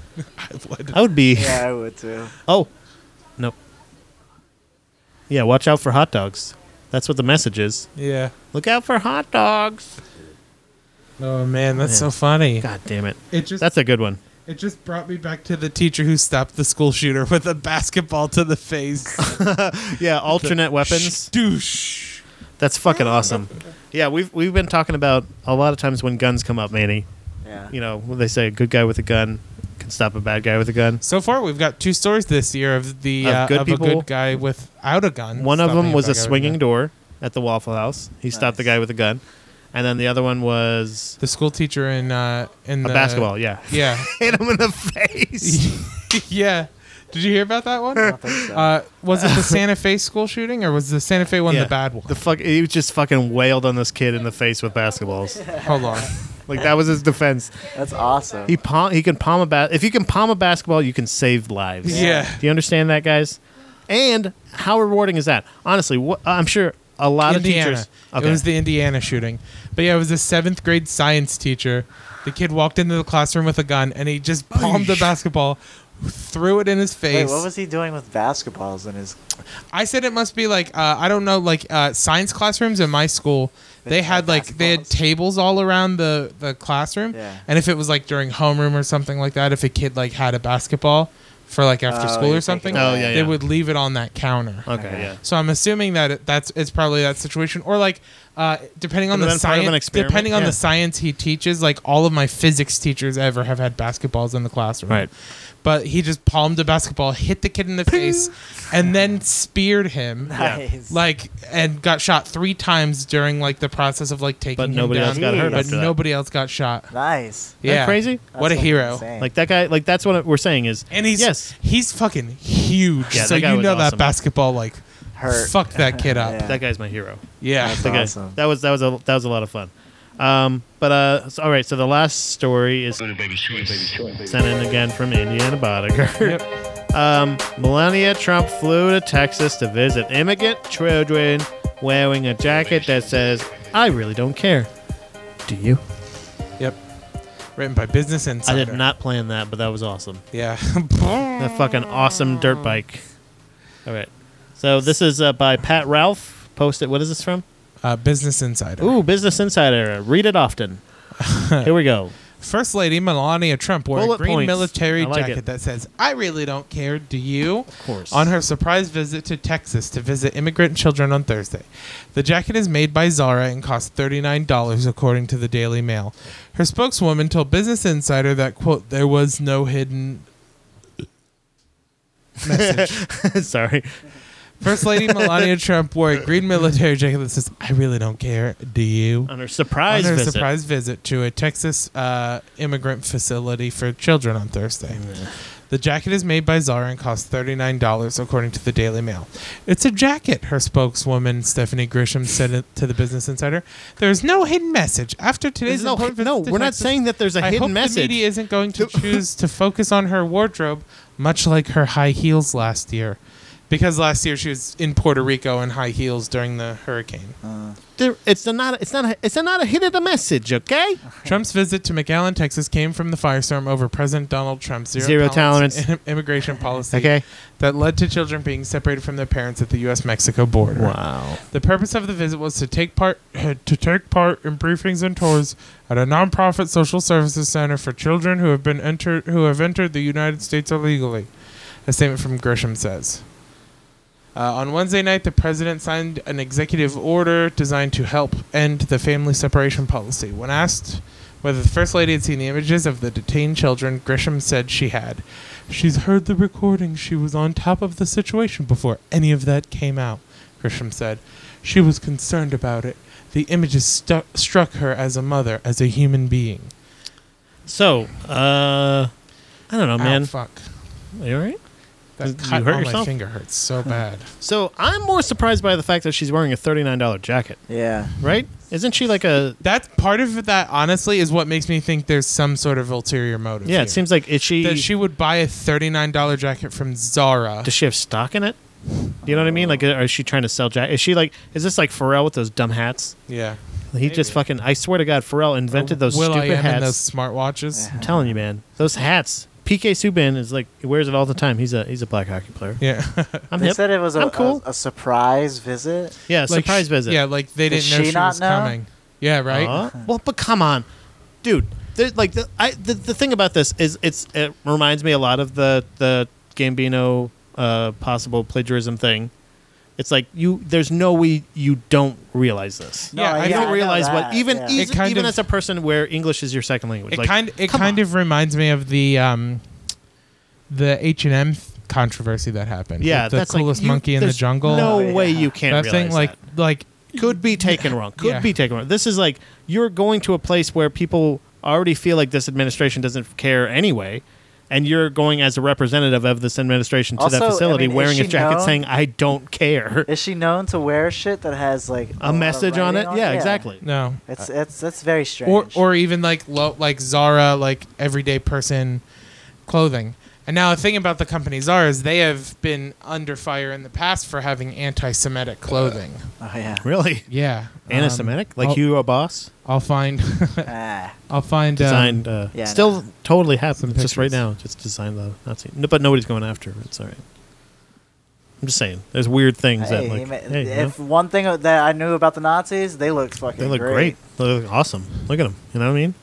(laughs) I would.
I would be.
Yeah, I would too.
Oh, no. Yeah, watch out for hot dogs. That's what the message is.
Yeah.
Look out for hot dogs.
Oh man, that's
Man.
so funny.
God damn it.
It just
That's a good
(laughs)
one.
it just brought me back to the teacher who stopped the school shooter with a basketball to the face.
Yeah, alternate (laughs) weapons.
Douche.
That's fucking awesome. Yeah, we've we've been talking about a lot of times when guns come up, Manny.
Yeah.
You know, when they say a good guy with a gun can stop a bad guy with a gun.
So far, we've got two stories this year of the
Of
uh,
good
of a
people.
good guy without a gun.
One of
stopping
them was
bad
a
guy with
swinging
gun.
door at the Waffle House. He stopped the
Nice.
guy with a gun, and then the other one was
The school teacher in uh, in
a
the
basketball. Yeah,
Yeah,
(laughs)
(laughs)
hit him in the face.
yeah. Did you hear about that
(laughs)
one?
I think so.
Uh, was it the Santa Fe school shooting, or was the Santa Fe one
Yeah.
the bad one?
The fuck, he just fucking wailed on this kid in the face with basketballs.
(laughs)
(laughs)
Hold on.
Like that was his defense.
That's awesome.
He palm, he can palm a bat. If you can palm a basketball, you can save lives.
Yeah.
Do you understand that, guys? And how rewarding is that? Honestly, wh- I'm sure a lot
Indiana.
of teachers. Okay.
It was the Indiana shooting. But yeah, it was a seventh grade science teacher. The kid walked into the classroom with a gun and he just palmed the basketball, threw it in his
Wait,
face.
what was he doing with basketballs in
(laughs)
his?
I said it must be like uh, I don't know, like uh, science classrooms in my school. They,
They
had
had
like they had
basketballs.
tables all around the the classroom,
Yeah.
and if it was like during homeroom or something like that, if a kid like had a basketball for like after
Oh,
school
you're
or something,
thinking
Oh, yeah,
they
yeah.
would leave it on that counter.
okay, yeah.
So I'm assuming that it, that's it's probably that situation, or like uh, depending on
Could've
the
been part of an
science,
experiment,
depending on
yeah.
the science he teaches. Like all of my physics teachers ever have had basketballs in the classroom,
Right.
But he just palmed a basketball, hit the kid in the face, and then speared
(laughs)
him,
Nice.
like and got shot three times during like the process of like taking.
But
him
nobody
down.
else got hurt
Jeez.
But
after that.
nobody else got shot.
nice.
Isn't that
Yeah,
crazy?
That's
What a
fucking
hero.
insane.
Like that guy. Like that's what we're saying is.
And he's
yes,
he's fucking huge.
Yeah,
so
that guy
you
was
know that
awesome.
basketball like
Hurt.
fucked
(laughs)
that kid up.
Yeah.
that guy's my hero.
yeah.
That's
The guy-
awesome.
That was that was a that was a lot of fun. Um, but uh, so- all right. So the last story is sent in again from Indiana Bodiger.
Yep.
(laughs) Um, Melania Trump flew to Texas to visit immigrant children wearing a jacket that says, I really don't care. Do you?
Yep. Written by Business
I
Insider.
did not plan that, but that was awesome.
Yeah. (laughs)
That fucking awesome dirt bike. All right. So this is uh, by Pat Ralph. Posted. What is this from?
uh, Business Insider.
Ooh, Business Insider. Read it
(laughs)
often. Here we go.
First Lady Melania Trump wore
Bullet
a green
points.
military
I like
jacket
it.
that says, I really don't care, do you? Of
course.
On her surprise visit to Texas to visit immigrant children on Thursday. The jacket is made by Zara and costs $39, according to the Daily Mail. Her spokeswoman told Business Insider that, quote, there was no hidden
Sorry.
First
(laughs)
Lady Melania Trump wore a green military jacket that says, I really don't care, do you?
On her surprise
on her
visit.
surprise visit to a Texas uh, immigrant facility for children on Thursday. The jacket is made by Zara and costs $39, according to the Daily Mail. It's a jacket, her spokeswoman, Stephanie Grisham, said it to the Business Insider. There's no hidden message. After today's
There's no,
important
hid- no,
visit to
we're not
Texas,
saying that there's a
I
hidden
hope
message.
the media isn't
(laughs)
going to choose to focus on her wardrobe, much like her high heels last year. Because last year she was in Puerto Rico in high heels during the hurricane.
There- it's a not. It's not. A, it's a not a hidden message.
(laughs)
Okay.
Trump's visit to McAllen, Texas came from the firestorm over President Donald Trump's zero,
Zero
im- immigration policy
Okay.
that led to children being separated from their parents at the U.S. Mexico border.
Wow.
The purpose of the visit was to take part (laughs) to take part in briefings and tours at a nonprofit social services center for children who have been entered who have entered the United States illegally. A statement from Grisham says. Uh, on Wednesday night, the president signed an executive order designed to help end the family separation policy. When asked whether the First Lady had seen the images of the detained children, Grisham said she had. She's heard the recording. She was on top of the situation before any of that came out, Grisham said. She was concerned about it. The images stu- struck her as a mother, as a human being.
So, uh, I don't know, man.
Ow, fuck.
Are you all right?
That
Did you
cut
hurt
on my
yourself?
finger hurts so bad.
So I'm more surprised by the fact that she's wearing a thirty-nine dollar jacket,
yeah.
right? Isn't she like a?
That's part of that, honestly, is what makes me think there's some sort of ulterior motive.
Yeah,
here.
it seems like is she?
that she would buy a thirty nine dollar jacket from Zara.
does she have stock in it? Do you know what I mean? Like, uh, is she trying to sell Jack? Is she like, is this like Pharrell with those dumb hats?
Yeah.
He just fucking, I swear to God, Pharrell invented those
Will
stupid
I am
hats.
and those smartwatches.
I'm telling you, man, those hats. PK Subban is like, he wears it all the time. He's a he's a black hockey player.
(laughs) Yeah.
I'm
They
hip.
said it was a,
I'm cool.
a, a surprise visit.
yeah,
Like,
surprise
sh-
visit.
Yeah, like they
Did
didn't know
she
she
not
was
know?
coming. Yeah, right.
Uh, well, but come on, dude. There's like the, I, the the thing about this is it's it reminds me a lot of the the Gambino uh, possible plagiarism thing. It's like you. There's no way you don't realize this.
Yeah, I
You
don't
don't
know
realize what
that,
even
yeah.
eas-
It kind
even
of-
as a person where English is your second language.
It
like,
kind it
come
kind
on.
of reminds me of the um, the H and M controversy that happened.
yeah.
with the
that's like,
coolest
you-
monkey in the
there's
jungle.
No
Oh,
way
yeah.
you can't
that
realize
thing, like
that.
like
could be taken wrong. Could
Yeah.
be taken wrong. This is like you're going to a place where people already feel like this administration doesn't care anyway, and you're going as a representative of this administration to
Also,
that
I
facility
mean, is
wearing a
she
jacket
known?
saying "I don't care,"
Is she known to wear shit that has like lot
a
of
message on it.
writing
yeah, exactly.
no,
It's it's that's very strange.
or or even like low like Zara like everyday person clothing. And now the thing about the company Zara is they have been under fire in the past for having anti-Semitic clothing.
oh yeah.
Really,
Yeah,
Uh,
um,
anti-Semitic? like
I'll-
Hugo Boss
I'll find (laughs)
Ah,
I'll find uh,
designed. Uh,
Yeah,
still totally happened.
Some
Just right
pictures.
now, just designed the Nazi. No, but nobody's going after. Her. It's all right. I'm just saying, there's weird things that
hey,
like.
ma-
hey, you know?
if one thing that I knew about the Nazis, they looked fucking.
They look great. They look awesome. Look at them. You know what I mean?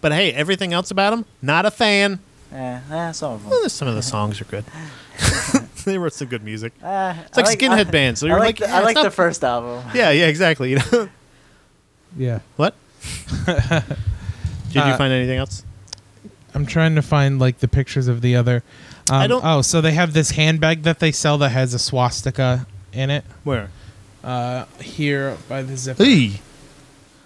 But hey, everything else about them, not a fan.
Yeah, yeah, some of them.
Well, there's- some
(laughs)
of the songs are good. they wrote some good music.
Ah,
It's like,
I
skinhead
I-
bands. So
I
you're
like, the,
yeah,
I
it's
like the
not-
first album.
(laughs) Yeah, yeah, exactly. You know (laughs)
Yeah,
(laughs)
what? Did you
Uh,
find anything else?
I'm trying to find like the pictures of the other. Um,
I don't-
Oh, so they have this handbag that they sell that has a swastika in it.
Where?
Uh, here by the zipper,
Hey,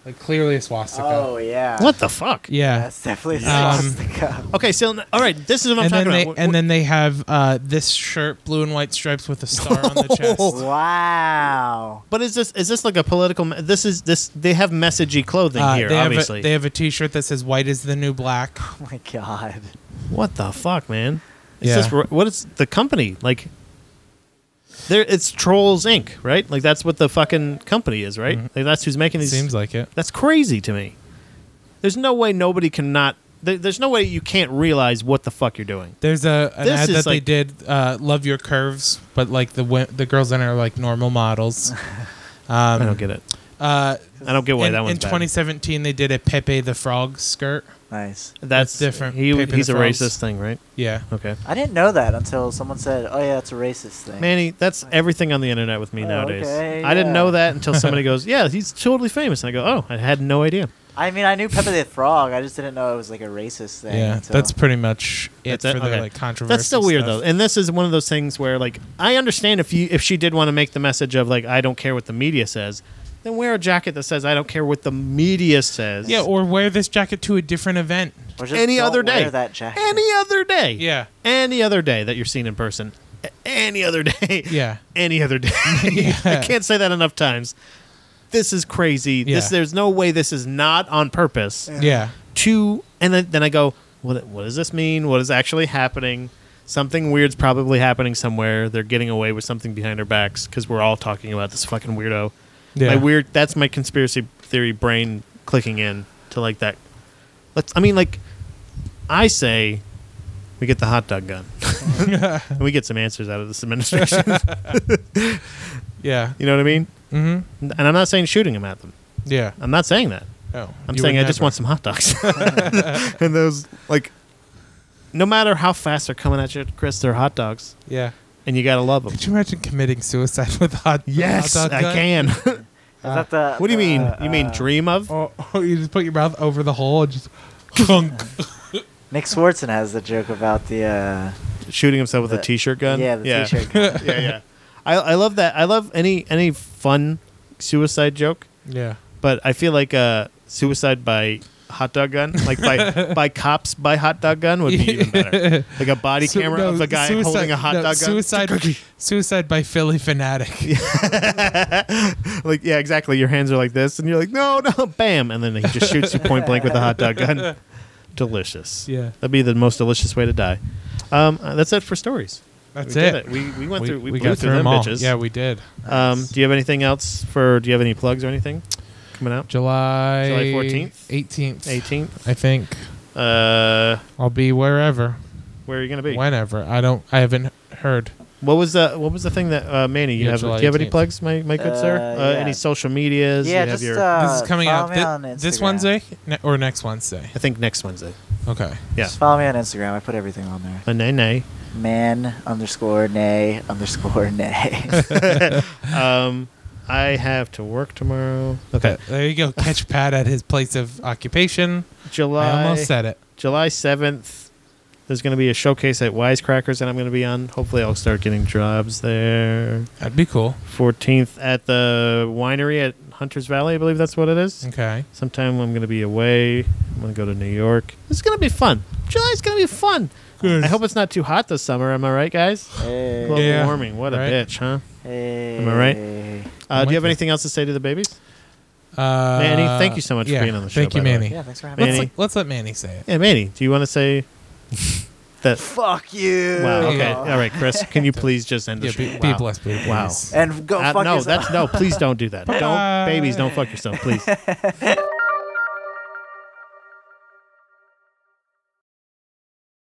like clearly a swastika.
Oh yeah.
what the fuck?
Yeah.
That's definitely
Um,
swastika.
Okay, so n- all right, this is what I'm
and then
talking
they
about.
and then they have uh, this shirt, blue and white stripes with a star
(laughs)
on the
Oh,
chest.
wow.
but is this is this like a political? Me- this is this. They have messagey clothing
Uh,
here,
they
obviously.
have a, they have a T-shirt that says "White is the new black."
Oh my god.
What the fuck, man? It's
Yeah.
just ro- what is the company like? There, it's Trolls Inc. Right? Like that's what the fucking company is, right? Like that's who's making these.
Mm-hmm. Seems like it.
that's crazy to me. There's no way nobody can not. There, there's no way you can't realize what the fuck you're doing.
There's a an
This
ad
is
that they
like-
did. Uh, Love your curves, but like the wi- the girls in it are like
(laughs)
normal models.
I don't get it.
Uh,
I don't get why
Um, in,
that one's
in
bad.
2017, they did a Pepe the Frog skirt.
Nice.
that's,
that's different.
He,
Paper
he's a
Thrones.
racist thing, right?
Yeah,
Okay,
I didn't know that until someone said, "Oh yeah, it's a racist thing."
Manny, that's everything on the internet with me nowadays.
Oh, okay,
I didn't
yeah.
know that until
(laughs)
somebody goes, "Yeah, he's totally famous," and I go, "Oh, I had no idea."
I mean, I knew Pepe the Frog. I just didn't know it was like a racist thing.
yeah.
until-
That's pretty much it
That's it?
for the
Okay.
like controversy.
That's still weird
stuff.
though, and this is one of those things where like I understand if you if she did want to make the message of like I don't care what the media says, then wear a jacket that says I don't care what the media says.
Yeah, or wear this jacket to a different event.
Or just
any
don't
other
wear
day,
That jacket.
any other day,
Yeah.
any other day that you're seen in person, A- any other (laughs) day,
Yeah.
any other
(laughs)
day. (laughs) I can't say that enough times. This is crazy. This
Yeah.
there's no way this is not on purpose.
Yeah.
two and then, then i go what, what does this mean what is actually happening something weird's probably happening somewhere they're getting away with something behind our backs because we're all talking about this fucking weirdo
Yeah.
my weird that's my conspiracy theory brain clicking in to like that let's i mean like i say we get the hot dog gun and we get some answers out of this administration
(laughs)
(laughs)
Yeah.
you know what i mean
Mm-hmm.
and i'm not saying shooting them at them
Yeah.
i'm not saying that
Oh,
I'm
you
saying I
would
just
never.
want some hot dogs. (laughs) and those, like, no matter how fast they're coming at you, Chris, they're hot dogs,
Yeah.
and you gotta love them.
Could you imagine committing suicide (laughs) with a hot? hot dog
I
gun?
can. (laughs)
Is that the,
what do you mean?
the,
you mean
uh,
dream of?
Or, or Oh, you just put your mouth over the hole and just clunk.
Nick Swartzen has the joke about the. Uh,
Shooting himself with a
the-
t-shirt gun.
Yeah, the
(laughs)
T-shirt. gun.
yeah, yeah. I, I love that. I love any any fun suicide joke,
(laughs) yeah.
but I feel like uh, suicide by hot dog gun, like
(laughs)
by by cops by hot dog gun, would be even better. Like a body
Su-
camera
no,
of a guy
suicide-
holding a hot
no,
dog gun. (laughs)
Suicide, suicide by Philly fanatic.
like yeah, exactly. Your hands are like this, and you're like, no, no, (laughs) bam, and then he just shoots you point blank with a hot dog
(laughs)
gun. Delicious.
Yeah.
that'd be the most delicious way to die. Um, uh, that's it for stories.
That's
we
it.
did it. We we went through we, blew through, them
all.
bitches.
Yeah, we did.
um, do you have anything else for? Do you have any plugs or anything coming out?
July
July 14th?
18th,
18th.
I think
Uh,
I'll be wherever,
where are you gonna be?
whenever. I don't. I haven't heard.
What was the What was the thing that uh, Manny? You
Yeah,
have? Do you
July
have any
18th.
plugs, my my good sir?
Uh,
Uh,
yeah.
Any social medias?
Yeah,
You have
just
your-
uh,
this is coming
follow
out
me
thi-
on
this
Instagram.
Wednesday ne- or
(laughs)
next Wednesday.
I think next Wednesday.
Okay.
Yeah,
Just follow me on Instagram. I put everything on there.
a nay nay.
Man underscore nay
(laughs)
underscore nay. (laughs)
Um, I have to work tomorrow. Okay,
There you go. Catch Pat at his place of occupation. I
July
almost said it.
July seventh. There's going to be a showcase at Wisecrackers, and I'm going to be on. Hopefully, I'll start getting jobs there.
That'd be cool.
14th at the winery at Hunters Valley, I believe that's what it is.
Okay.
Sometime I'm going to be away. I'm going to go to New York. It's going to be fun. July's going to be fun.
Good.
I hope it's not too hot this summer. Am I right, guys?
hey,
Global
Yeah.
warming. What
Right.
a bitch, huh?
hey.
Am I right? Uh, do
I'm
you
with
have
you.
anything else to say to the babies?
Uh,
Manny, thank you so much for
yeah,
being on the show,
Thank you,
by the way.
Manny.
Yeah, thanks for having
Man-
me.
Manny.
Let's, let's let Manny say it.
Yeah, Manny, do you want to say (laughs) that?
Fuck you.
Wow. Okay.
Yeah.
All right, Chris. Can you please just end the
Yeah,
show?
be,
Wow.
be blessed, baby.
Wow.
please.
And go
Uh,
fuck
no,
yourself.
that's no. Please don't do that. don't,
Bye.
babies, don't fuck yourself, please.